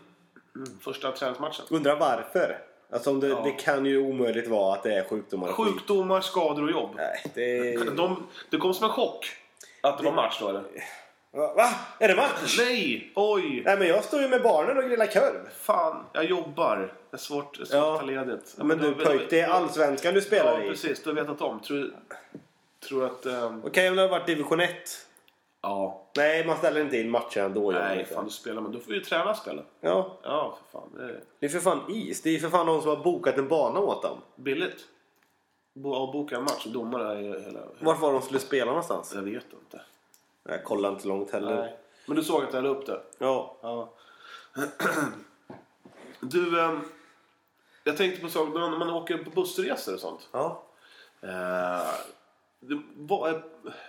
Speaker 3: första träningsmatchen.
Speaker 2: Undrar varför. Alltså, om det,
Speaker 3: Ja.
Speaker 2: det kan ju omöjligt vara att det är sjukdomar. och skit.
Speaker 3: Sjukdomar, skador och jobb.
Speaker 2: Nej, det är...
Speaker 3: Eh, De, det kom som en chock att det var match då eller?
Speaker 2: Va? Va? Är det match?
Speaker 3: Nej! Oj!
Speaker 2: Nej men jag står ju med barnen och grillar korv.
Speaker 3: Fan, jag jobbar. Det är svårt, det är svårt
Speaker 2: Ja.
Speaker 3: att ta ledigt.
Speaker 2: Men du pojk, det är allsvenskan du spelar
Speaker 3: Ja,
Speaker 2: i.
Speaker 3: precis. Du har vetat om. Tror, tror att... ehm,
Speaker 2: Okej om det har varit division 1.
Speaker 3: ja.
Speaker 2: Nej, man ställer inte in matcher ändå. gör man
Speaker 3: Nej,
Speaker 2: inte.
Speaker 3: fan du spelar. Men då får vi ju träna spela.
Speaker 2: Ja,
Speaker 3: Ja, för fan. Det är
Speaker 2: det är för fan is. Det är för fan någon som har bokat en bana åt dem.
Speaker 3: billigt. Bo- Avboka en match. Domare är ju hela...
Speaker 2: Vart var de skulle spela någonstans?
Speaker 3: Jag vet inte.
Speaker 2: Jag kollar inte långt heller.
Speaker 3: Nej. Men du såg att jag la upp det?
Speaker 2: Ja.
Speaker 3: Ja. Du, ehm, jag tänkte på saker när man åker på bussresor och sånt.
Speaker 2: ja.
Speaker 3: Eh, det, vad, är,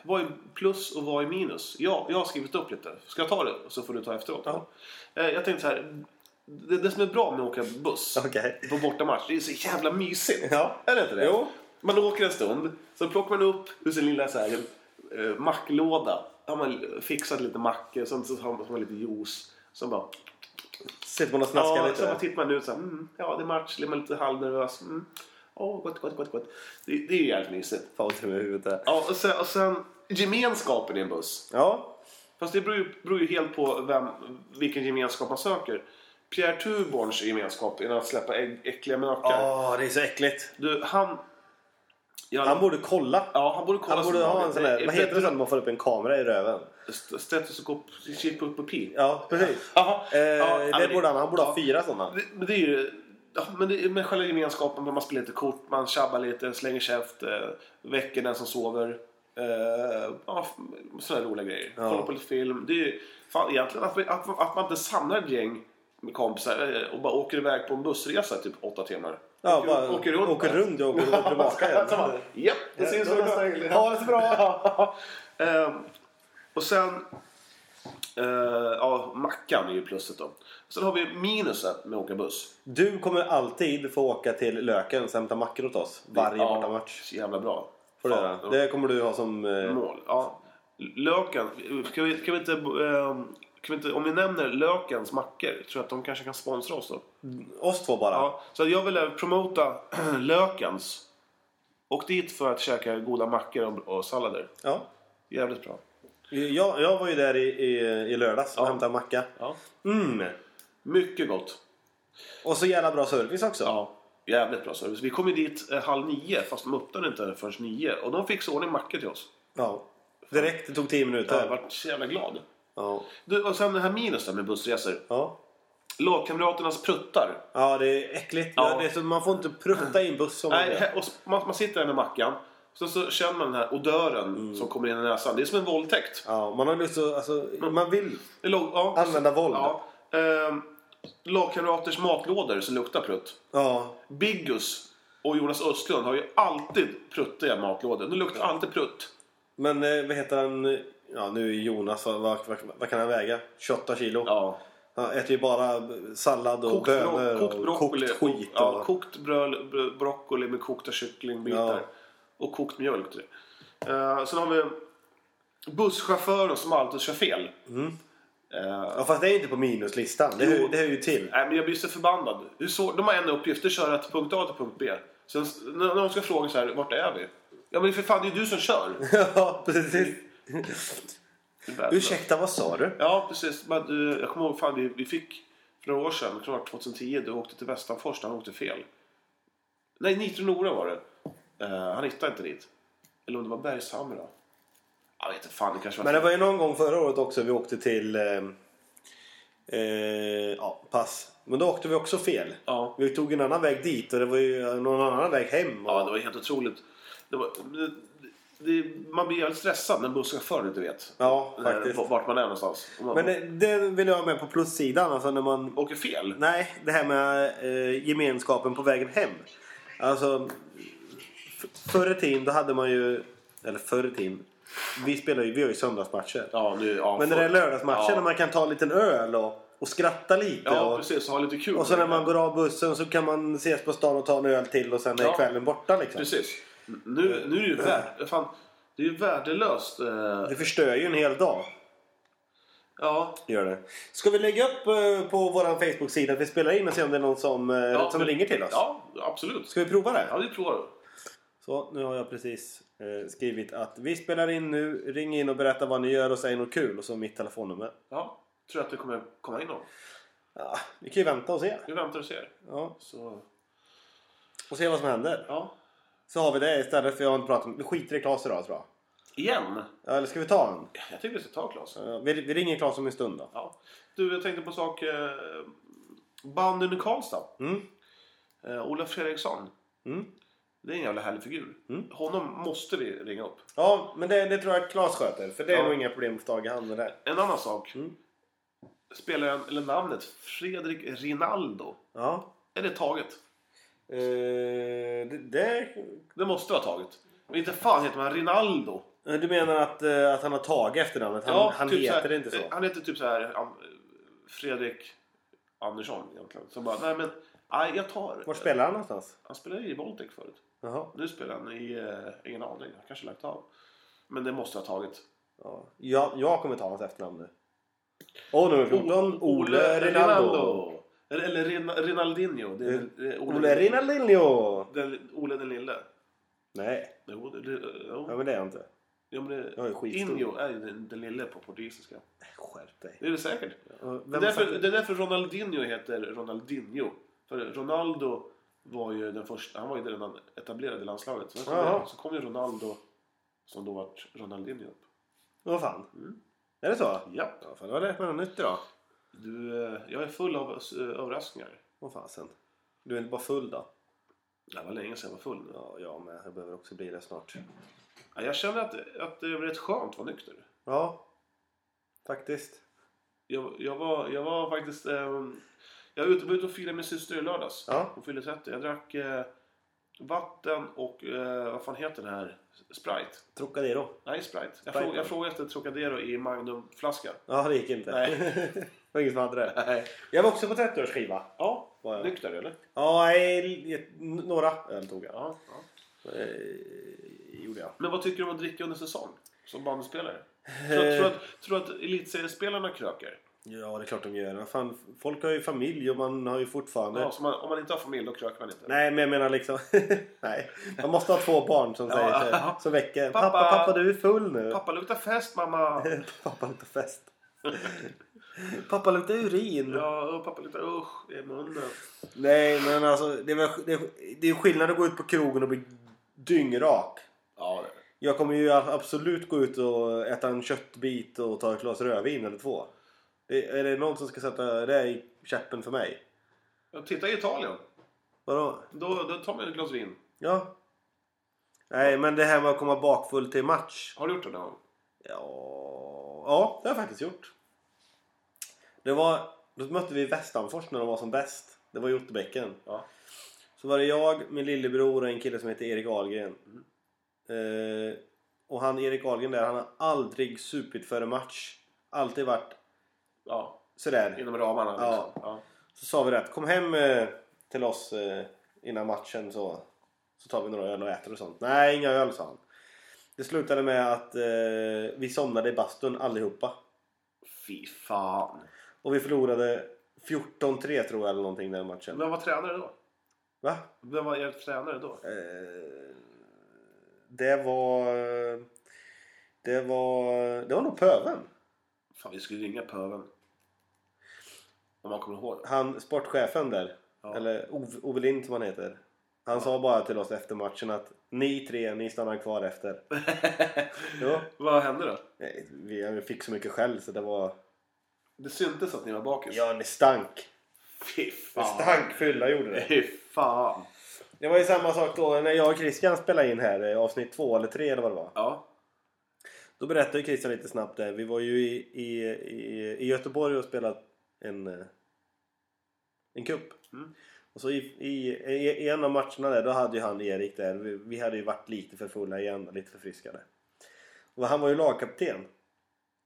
Speaker 3: vad är plus och vad är minus? Jag, jag har skrivit upp lite. Ska jag ta det så får du ta efteråt?
Speaker 2: Ja.
Speaker 3: Eh, jag tänkte så här. Det, det som är bra med att åka buss
Speaker 2: Okej.
Speaker 3: på bortamatch, det är så jävla mysigt.
Speaker 2: Ja.
Speaker 3: Är det inte det?
Speaker 2: Jo.
Speaker 3: Man åker en stund, så plockar man upp ur sin lilla så här, eh, macklåda. Har man fixat lite mackor, sen så har man, så har man lite juice. Sen bara
Speaker 2: Sitter man och snaskar
Speaker 3: Ja,
Speaker 2: lite.
Speaker 3: så bara
Speaker 2: där.
Speaker 3: tittar man ut så här, mm, ja det är match, blir man lite halvnervös. Mm. Åh, gott, gott, gott, gott. Det, det är ju jävligt mysigt.
Speaker 2: Fan vad dum i huvudet är.
Speaker 3: Ja, och sen, och sen gemenskapen i en buss.
Speaker 2: Ja.
Speaker 3: Fast det beror ju, beror ju helt på vem, vilken gemenskap man söker. Pierre Tuborns gemenskap innan att släppa ägg, äckliga mökar.
Speaker 2: Åh, det är så äckligt.
Speaker 3: Du, han... Ja,
Speaker 2: Han borde kolla.
Speaker 3: ja, han borde kolla
Speaker 2: Han borde
Speaker 3: sin
Speaker 2: ha
Speaker 3: mage.
Speaker 2: en sån där, vad heter det när man får upp en kamera i röven?
Speaker 3: St- Stetoskop, chip upp på pil.
Speaker 2: Ja, precis.
Speaker 3: Jaha.
Speaker 2: Eh,
Speaker 3: Ja, men
Speaker 2: det borde han, han borde ha
Speaker 3: ja.
Speaker 2: fyra sådana.
Speaker 3: Det, men det är ju... Ja, men det är med själva gemenskapen, man spelar lite kort, man tjabbar lite, slänger käft, eh, väcker den som sover. Eh, ja, sådana roliga grejer.
Speaker 2: Ja.
Speaker 3: Kollar på lite film. Det är ju fan, egentligen att, vi- att, att man inte samlar ett gäng med kompisar eh, och bara åker iväg på en bussresa i typ åtta timmar.
Speaker 2: Ja,
Speaker 3: åker,
Speaker 2: bara
Speaker 3: åker runt.
Speaker 2: åker runt och åker runt och tillbaka igen.
Speaker 3: Så bara, Japp, det
Speaker 2: Ja,
Speaker 3: syns.
Speaker 2: då nästa helg.
Speaker 3: Ha det så bra. Ehm, och sen Eh, ja, mackan är ju plusset då. Sen har vi minuset med att åka buss.
Speaker 2: Du kommer alltid få åka till Löken och hämta mackor åt oss varje
Speaker 3: Ja,
Speaker 2: bortamatch.
Speaker 3: Så jävla bra.
Speaker 2: Får du göra.
Speaker 3: Fan, Mm.
Speaker 2: Det kommer du ha som... eh,
Speaker 3: Mål. Ja. Löken. Kan vi, kan vi inte, eh, kan vi inte... Om vi nämner Lökens mackor. Tror jag att de kanske kan sponsra oss då.
Speaker 2: Oss två bara.
Speaker 3: Ja, så jag vill eh, promota Lökens. Åk dit för att käka goda mackor och, och sallader.
Speaker 2: Ja.
Speaker 3: Jävligt bra.
Speaker 2: Jag, jag var ju där i, i, i lördags och
Speaker 3: Ja.
Speaker 2: hämtade en macka.
Speaker 3: Ja.
Speaker 2: Mm.
Speaker 3: Mycket gott.
Speaker 2: Och så jävla bra service också.
Speaker 3: Ja, jävligt bra service. Vi kom ju dit eh, halv nio fast de öppnade inte förrän nio. Och de fixade ordning mackor till oss.
Speaker 2: Ja. Direkt, det tog 10
Speaker 3: Jag har
Speaker 2: minuter.
Speaker 3: varit så jävla glad.
Speaker 2: Ja.
Speaker 3: Du, och sen det här minus där med bussresor.
Speaker 2: Ja.
Speaker 3: Lagkamraternas pruttar.
Speaker 2: ja, det är äckligt.
Speaker 3: Ja.
Speaker 2: Det är så, man får inte prutta i en buss om man
Speaker 3: Nej,
Speaker 2: gör.
Speaker 3: he- och s- man, man sitter där med mackan. Sen så känner man den här odören
Speaker 2: Mm.
Speaker 3: som kommer in i näsan. Det är som en våldtäkt.
Speaker 2: Ja, man har lust att... Alltså, man vill
Speaker 3: Det låg- ja,
Speaker 2: använda våld.
Speaker 3: Ja, ehm, lagkamraters matlådor som luktar prutt.
Speaker 2: Ja.
Speaker 3: Biggus och Jonas Östlund har ju alltid pruttiga matlådor. Det luktar alltid prutt.
Speaker 2: Men eh, vad heter han? Ja, nu är Jonas. Vad, vad, vad, vad kan han väga? 28 kilo?
Speaker 3: Ja.
Speaker 2: Han äter ju bara sallad och
Speaker 3: Kokt,
Speaker 2: bönor
Speaker 3: bro- kokt
Speaker 2: och
Speaker 3: broccoli.
Speaker 2: kokt skit. Och,
Speaker 3: ja, kokt bröl, bro- broccoli med kokta kycklingbitar.
Speaker 2: Ja.
Speaker 3: Och kokt mjölk till det. Eh, sen har vi busschauffören som alltid kör fel. Eh,
Speaker 2: ja, fast det är ju inte på minuslistan. Det
Speaker 3: Jo.
Speaker 2: hör, det hör ju till.
Speaker 3: Nej, men jag blir så förbannad. Hur så, de har en uppgift, det är att köra till punkt A till punkt B. Sen s- när när de ska fråga så här, vart är vi? Ja men för fan, det är ju du som kör.
Speaker 2: ja, precis.
Speaker 3: Ursäkta.
Speaker 2: Ursäkta, vad sa du?
Speaker 3: Ja, precis. Men, eh, jag kommer ihåg, fan, vi, vi fick för några år sedan, klart 2010, du åkte till Västanfors när han åkte fel. Nej, Nitro-Nora var det. Eh, han hittade inte dit. Eller om det var Bergshamra. Jag vet inte, fan det kanske var...
Speaker 2: Men det var ju någon gång förra året också vi åkte till eh, eh, ja, pass. Men då åkte vi också fel.
Speaker 3: Ja.
Speaker 2: Vi tog en annan väg dit och det var ju någon annan väg hem. Och...
Speaker 3: Ja, det var helt otroligt. Det var, det, det, man blir jävligt stressad när busschauffören inte vet
Speaker 2: Ja,
Speaker 3: eh,
Speaker 2: faktiskt.
Speaker 3: vart man är någonstans. Om Man,
Speaker 2: Men eh, det, det vill jag ha med på plussidan. Alltså när man
Speaker 3: åker fel.
Speaker 2: Nej, det här med eh, gemenskapen på vägen hem. Alltså, f- förr i tiden då hade man ju... Eller förr i tiden. Vi spelar ju, vi har ju söndagsmatcher.
Speaker 3: Ja, nu, ja,
Speaker 2: Men när det är lördagsmatcher
Speaker 3: Ja.
Speaker 2: när man kan ta en liten öl och, och skratta lite.
Speaker 3: Ja,
Speaker 2: och,
Speaker 3: precis. Ha lite kul.
Speaker 2: och så när man går av bussen så kan man ses på stan och ta en öl till och sen är
Speaker 3: Ja.
Speaker 2: kvällen borta liksom.
Speaker 3: Precis. Nu, nu är det ju värd, fan, det är ju värdelöst. eh,
Speaker 2: Det förstör ju en hel dag.
Speaker 3: Ja,
Speaker 2: Gör det. Ska vi lägga upp eh, på vår Facebook-sida att vi spelar in och se om det är någon som, eh,
Speaker 3: ja,
Speaker 2: som
Speaker 3: men-
Speaker 2: ringer till oss?
Speaker 3: Ja, absolut.
Speaker 2: Ska vi prova det?
Speaker 3: Ja, vi provar.
Speaker 2: Så, nu har jag precis eh, skrivit att vi spelar in nu, ring in och berätta vad ni gör och säg något kul och så mitt telefonnummer.
Speaker 3: Ja, tror att det kommer komma in någon.
Speaker 2: Ja, vi kan ju vänta och se.
Speaker 3: Vi väntar och ser.
Speaker 2: Ja,
Speaker 3: Så,
Speaker 2: och se vad som händer.
Speaker 3: ja.
Speaker 2: Så har vi det istället för jag har inte pratat med... Vi skiter i Klas idag tror jag.
Speaker 3: Igen?
Speaker 2: Ja, eller ska vi ta honom?
Speaker 3: Jag tycker vi ska ta Claes.
Speaker 2: Ja, vi, vi ringer Klas om en stund då.
Speaker 3: Ja. Du, jag tänkte på en sak. eh, Bandyn i Karlstad.
Speaker 2: Mm.
Speaker 3: Eh, Ola Fredriksson.
Speaker 2: Mm.
Speaker 3: Det är en jävla härlig figur.
Speaker 2: Mm.
Speaker 3: Honom måste vi ringa upp.
Speaker 2: Ja, men det, det tror jag att Klas sköter. För det är
Speaker 3: Ja.
Speaker 2: nog inga problem att få tag i han med det.
Speaker 3: En annan sak.
Speaker 2: Mm.
Speaker 3: Spelaren, eller namnet, Fredrik Rinaldo.
Speaker 2: Ja.
Speaker 3: Är det taget?
Speaker 2: Eh, det, det...
Speaker 3: Det måste vara taget. Men inte fan heter man Rinaldo.
Speaker 2: Du menar att, eh, att han har tagit efternamnet? Han, han
Speaker 3: typ
Speaker 2: heter
Speaker 3: så här-
Speaker 2: inte så?
Speaker 3: eh, Han heter typ så här ja, Fredrik Andersson egentligen. Så bara, nej men, nej jag tar.
Speaker 2: Var spelar han någonstans?
Speaker 3: Han spelade i Baltic förut.
Speaker 2: Jaha.
Speaker 3: Nu spelar han i, eh, ingen aning, han kanske lagt av. Men det måste vara taget.
Speaker 2: Ja. Jag, jag kommer ta hans efternamn nu. Och nummer 14, Ole Rinaldo. Eh,
Speaker 3: Rinaldo. Eller, eller Rin, Rinaldinho. Det är, det är Ole,
Speaker 2: Ole Rinaldinho!
Speaker 3: Den, Ole den lille.
Speaker 2: Nej,
Speaker 3: Jo, det, det,
Speaker 2: ja,
Speaker 3: jo.
Speaker 2: men det är jag inte.
Speaker 3: Ja, men det,
Speaker 2: Jag är skitstor.
Speaker 3: Inho är ju den, den lille på portugisiska.
Speaker 2: Skärp dig.
Speaker 3: Det är det säkert.
Speaker 2: Vem
Speaker 3: Det är, därför, det är därför Ronaldinho heter Ronaldinho. För Ronaldo var ju den första, han var ju det redan etablerade i landslaget. Sen
Speaker 2: Jaha.
Speaker 3: kom, så kom ju Ronaldo som då vart Ronaldinho upp.
Speaker 2: Vad fan? Är det så?
Speaker 3: Ja.
Speaker 2: Ja, fan, då har jag lärt mig något nytt idag.
Speaker 3: Du, eh, jag är full av eh, överraskningar.
Speaker 2: Vad fasen. Du är inte bara full då?
Speaker 3: Det var länge sedan jag var full nu.
Speaker 2: Ja, jag med. Jag behöver också bli det snart.
Speaker 3: Ja, Jag känner att, att det var rätt skönt att vara nykter.
Speaker 2: Ja, faktiskt.
Speaker 3: Jag, jag, var, jag var faktiskt... ehm, jag var ute, var ute och firade min syster i lördags.
Speaker 2: Ja.
Speaker 3: Hon fyllde 30. Jag drack eh, vatten och eh, vad fan heter det här? Sprite.
Speaker 2: Trocadero.
Speaker 3: Nej, Sprite. Jag,
Speaker 2: Sprite,
Speaker 3: fråg, jag
Speaker 2: ja.
Speaker 3: frågade efter Trocadero i Magnumflaska.
Speaker 2: Ja, det gick inte.
Speaker 3: Nej.
Speaker 2: det var ingen som hade det. Jag var också på 30-årsskiva.
Speaker 3: Ja,
Speaker 2: Var jag.
Speaker 3: nykter eller?
Speaker 2: Ja, nej, några öl tog jag.
Speaker 3: Ja, ja.
Speaker 2: Eh, gjorde jag.
Speaker 3: Men vad tycker du om att dricka under säsong? Som bandspelare? Tror du tror att, tror att elitseriespelarna kröker?
Speaker 2: Ja, det är klart de gör. Vad Fan, folk har ju familj och man har ju fortfarande...
Speaker 3: Ja, så man, om man inte har familj då kröker man inte.
Speaker 2: Nej, men jag menar liksom... Nej. Man måste ha två barn som, säger
Speaker 3: Ja.
Speaker 2: så- som väcker pappa.
Speaker 3: Pappa.
Speaker 2: pappa, pappa du är full nu.
Speaker 3: Pappa luktar fest mamma!
Speaker 2: pappa luktar fest. pappa luktar urin.
Speaker 3: Ja, och pappa luktar usch i munnen.
Speaker 2: Nej, men alltså det är, väl- det, är, det är skillnad att gå ut på krogen och bli dyngrak.
Speaker 3: Ja, det
Speaker 2: Jag kommer ju absolut gå ut och äta en köttbit och ta ett glas rödvin eller två. Det, är det någon som ska sätta det i käppen för mig?
Speaker 3: Ja, Titta i Italien.
Speaker 2: Vadå?
Speaker 3: Då, då tar man ett glas vin.
Speaker 2: Ja. Nej, men det här med att komma bakfull till match.
Speaker 3: Har du gjort det någon gång?
Speaker 2: Ja, ja det har jag faktiskt gjort. Det var Då mötte vi Västanfors när de var som bäst. Det var i Otterbäcken.
Speaker 3: Ja.
Speaker 2: Så var det jag, min lillebror och en kille som heter Erik Ahlgren. Eh, och han Erik Ahlgren där, han har aldrig supit före match. Alltid varit
Speaker 3: Ja,
Speaker 2: sådär.
Speaker 3: inom ramarna.
Speaker 2: Ja.
Speaker 3: Liksom. Ja.
Speaker 2: Så sa vi det att kom hem eh, till oss eh, innan matchen så, så tar vi några öl och äter och sånt. Nej, inga öl sa han. Det slutade med att eh, vi somnade i bastun allihopa.
Speaker 3: Fy fan.
Speaker 2: Och vi förlorade 14-3 tror jag eller någonting den matchen.
Speaker 3: Vem var tränare då?
Speaker 2: Va?
Speaker 3: Vem var er tränare då?
Speaker 2: Eh, det var... Det var... Det var nog Pöven.
Speaker 3: Fan, vi skulle ringa pöven. Om man kommer ihåg det.
Speaker 2: Han, sportchefen där.
Speaker 3: Ja.
Speaker 2: Eller Ove- Ove Lind som han heter. Han sa bara till oss efter matchen att ni tre, ni stannar kvar efter. jo.
Speaker 3: Vad hände då?
Speaker 2: Nej, Vi fick så mycket skäll så det var...
Speaker 3: Det syntes att ni var bakis.
Speaker 2: Ja, ni stank.
Speaker 3: Fy
Speaker 2: Ni
Speaker 3: fan.
Speaker 2: stank fylla gjorde det.
Speaker 3: Fy fan.
Speaker 2: Det var ju samma sak då när jag och Christian spelade in här, eh, avsnitt två eller tre eller vad det var.
Speaker 3: Ja.
Speaker 2: Då berättade ju Christian lite snabbt där. Vi var ju i, i, i, i Göteborg och spelade en, eh, en cup.
Speaker 3: Mm.
Speaker 2: Och så i, i, i i en av matcherna där, då hade ju han Erik där. Vi, vi hade ju varit lite för fulla igen, lite förfriskade. Och han var ju lagkapten.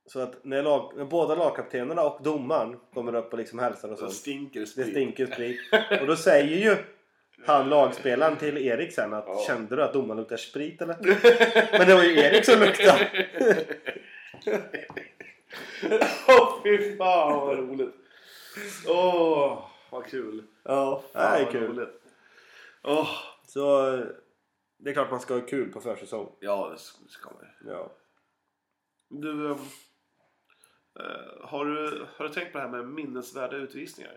Speaker 2: Så att när, lag, när båda lagkaptenerna och domaren kommer upp och liksom hälsar och
Speaker 3: Det
Speaker 2: sånt.
Speaker 3: stinker
Speaker 2: Det
Speaker 3: sprit.
Speaker 2: stinker sprit. Och då säger ju han lagspelaren till Erik sen att
Speaker 3: Ja.
Speaker 2: kände du att domaren luktar sprit eller? Men det var ju Erik som luktade.
Speaker 3: Åh, fy fan vad roligt. Åh, vad kul.
Speaker 2: Ja, det
Speaker 3: Fan,
Speaker 2: är
Speaker 3: vad
Speaker 2: kul.
Speaker 3: roligt. Åh.
Speaker 2: Så eh, det är klart man ska ha kul på försäsong.
Speaker 3: Ja, det s- ska man ju.
Speaker 2: Ja.
Speaker 3: Du, ehm, eh, har, du, har du tänkt på det här med minnesvärda utvisningar?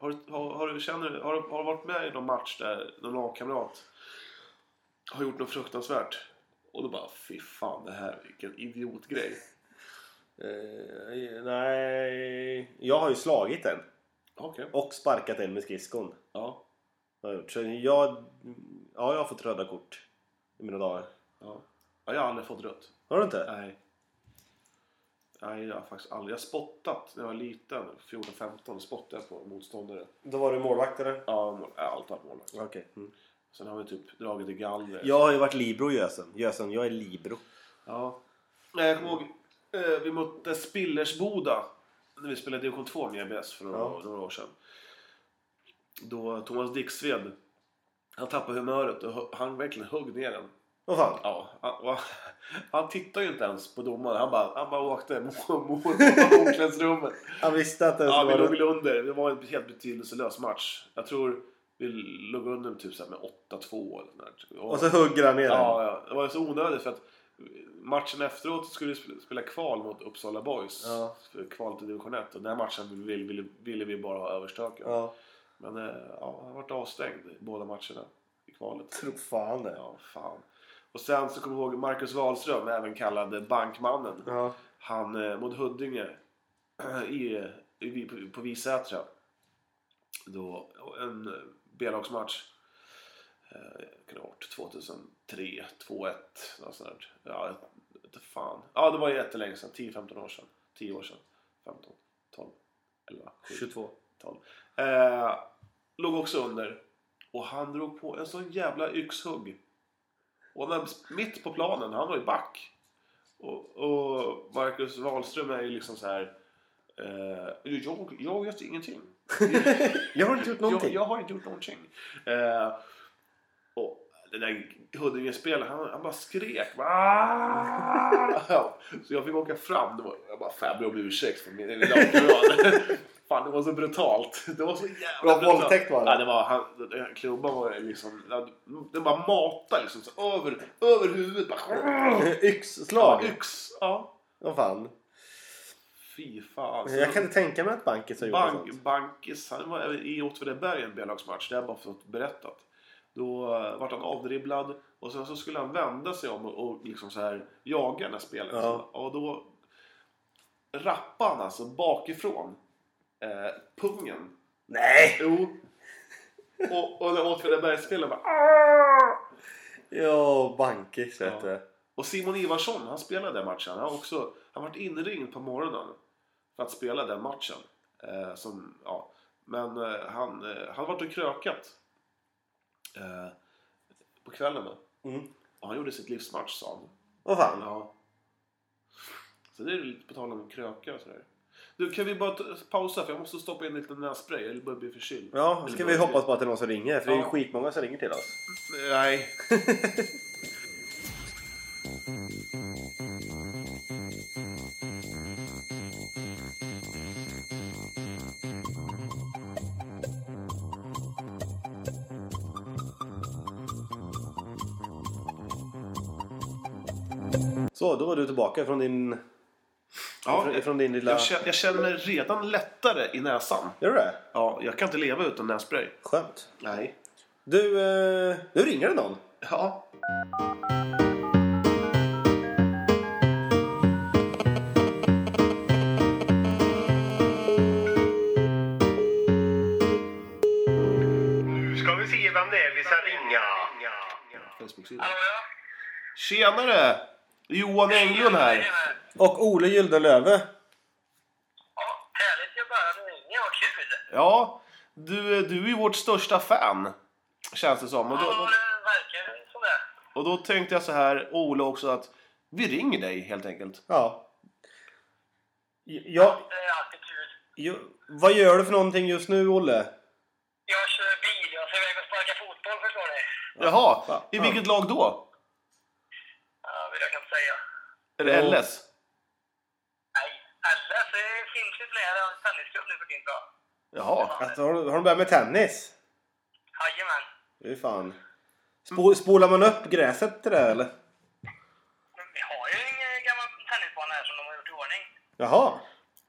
Speaker 3: Har, du- har, har, du, känner, du- har, du- har du varit med i någon match där någon lagkamrat har gjort något fruktansvärt? Och då bara, fy fan det här, vilken idiotgrej.
Speaker 2: Eh, nej, jag har ju slagit en
Speaker 3: Okej.
Speaker 2: och sparkat en med skridskon.
Speaker 3: Ja.
Speaker 2: Har jag gjort. Så jag, ja, jag har fått röda kort i mina dagar.
Speaker 3: ja. Ja, jag har aldrig fått rött.
Speaker 2: Har du inte?
Speaker 3: Nej. Nej, jag har faktiskt aldrig. Jag har spottat när jag var liten, 14-15, spottade jag på motståndare.
Speaker 2: Då var du målvakt eller?
Speaker 3: Ja, mål- ja, allt var målvakt.
Speaker 2: Okej. Mm.
Speaker 3: Sen har vi typ dragit i gallret.
Speaker 2: Jag har ju varit libero Gösen. Gösen, jag är libero.
Speaker 3: Ja. Nej, jag kommer ihåg, eh, vi mötte Spillersboda när vi spelade Division 2 med EBS för några,
Speaker 2: Ja.
Speaker 3: några år sedan. Då Thomas Dixved, han tappade humöret och hö- han verkligen högg ner den.
Speaker 2: Vad fan?
Speaker 3: Ja, han, och han- han tittade ju inte ens på domaren, han bara, han bara åkte mot mot- mot omklädningsrummet.
Speaker 2: Han visste att det
Speaker 3: Ja, vi
Speaker 2: var...
Speaker 3: låg väl under. Det var en helt betydelselös match. Jag tror vi låg under typ så här med 8-2 eller nåt. där.
Speaker 2: Och så hugger han ner den.
Speaker 3: Ja, ja, det var så onödigt för att matchen efteråt skulle vi sp- spela kval mot Uppsala Boys.
Speaker 2: Ja.
Speaker 3: För kval till division 1 och den matchen ville, ville, ville vi bara ha överstökad.
Speaker 2: Ja.
Speaker 3: Men eh, ja, han varit avstängd i båda matcherna i kvalet.
Speaker 2: Tro fan det.
Speaker 3: Ja, fan. Och sen så kommer jag ihåg Marcus Wahlström, även kallad Bankmannen.
Speaker 2: Ja.
Speaker 3: Han eh, mot Huddinge i, i, på, på Visätra. Då en eh, B-lagsmatch. Eh, kan det ha varit 2003, 2-1, något sånt där. Ja, jag vet inte fan. Ja, det var ju jättelänge sedan. 10-15 år sedan. 10 år sedan. 15, 12, 11, 7,
Speaker 2: 22.
Speaker 3: 12. Eh, låg också under. Och han drog på en sån jävla yxhugg. Och han var mitt på planen, han var ju back. Och, och Marcus Wahlström är ju liksom så här. Eh, jag, jag vet ingenting.
Speaker 2: Jag har inte gjort
Speaker 3: Jag,
Speaker 2: någonting.
Speaker 3: jag har inte gjort någonting. Eh, och den där Huddinge-spelaren, han, han bara skrek. "Ah!" Ja, så jag fick åka fram. Det var, jag bara, fan jag ber om ursäkt för min lilla rad." Fan, det var så brutalt. Det var så jävla
Speaker 2: Det var våldtäkt, var det?
Speaker 3: Ja, det var, han, den här klubban var ju liksom, den bara matade liksom så över, över huvudet. Bara,
Speaker 2: Yxslag.
Speaker 3: Yx, ja.
Speaker 2: Vad fan.
Speaker 3: Fy fan.
Speaker 2: Jag kan inte tänka mig att Bankis har gjort något
Speaker 3: Bank,
Speaker 2: sånt.
Speaker 3: Bankis, han var i Åtvidaberg i en B-lagsmatch, det har jag bara fått berättat. Då eh, vart han avdribblad och sen så skulle han vända sig om och, och liksom så här jaga den här spelaren.
Speaker 2: Ja.
Speaker 3: Och då rappade han alltså bakifrån eh, pungen.
Speaker 2: Nej!
Speaker 3: Jo. Och, och den Åtvidabergsspelaren bara "Ah!"
Speaker 2: Ja, Bankis vet
Speaker 3: Ja.
Speaker 2: du.
Speaker 3: Och Simon Ivarsson, han spelade den matchen. Han har också, han vart inringd på morgonen för att spela den matchen. Eh, som, ja. Men eh, han eh, hade varit och krökat eh, på kvällen då.
Speaker 2: Mm.
Speaker 3: Och han gjorde sitt livs match sa han.
Speaker 2: Åh fan.
Speaker 3: Ja. Så det är lite på tal om kröka och sådär. Du, kan vi bara ta- pausa för jag måste stoppa in lite nässpray. Jag börjar bli förkyld.
Speaker 2: Ja, ska vi hoppas på att det är någon som ringer. För det är ju
Speaker 3: Ja.
Speaker 2: skitmånga som ringer till oss.
Speaker 3: Nej.
Speaker 2: Så, då var du tillbaka från din,
Speaker 3: Ja,
Speaker 2: från, ifrån din lilla...
Speaker 3: jag, känner, jag känner redan lättare i näsan.
Speaker 2: Gör du det?
Speaker 3: Ja, jag kan inte leva utan nässpray.
Speaker 2: Skönt.
Speaker 3: Nej.
Speaker 2: Du, eh, nu ringer det någon.
Speaker 3: Ja.
Speaker 5: Nu ska vi se vem det är vi ska ringa.
Speaker 3: Facebook-sidan. Tjenare! Johan Englund här.
Speaker 2: Och Ole Gyldenlöve.
Speaker 5: Ja, härligt ju bara du ringer, vad kul!
Speaker 3: Ja, du, du är ju vårt största fan. Känns det som. Och då,
Speaker 5: Ja, det verkar som det.
Speaker 3: och då tänkte jag så här, Ola också, att vi ringer dig helt enkelt.
Speaker 2: Ja. Ja,
Speaker 5: Det är alltid kul.
Speaker 2: ju- vad gör du för någonting just nu, Olle?
Speaker 5: Jag kör bil, jag ska iväg och sparka fotboll förstår ni.
Speaker 3: Jaha,
Speaker 2: Alltså, Ja.
Speaker 3: i vilket lag då?
Speaker 5: Ja, vill Eh, jag kan inte säga.
Speaker 3: Är det LS?
Speaker 5: Nej, eller så finns det flera tennisklubb nu för tiden då.
Speaker 3: Jaha.
Speaker 2: Alltså, har, du- har de börjat med tennis?
Speaker 5: Jajamän.
Speaker 2: Hur fan. Spo, spolar man upp gräset till det här, eller?
Speaker 5: Men vi har ju en eh, gammal tennisbana här som de har gjort i ordning.
Speaker 2: Jaha.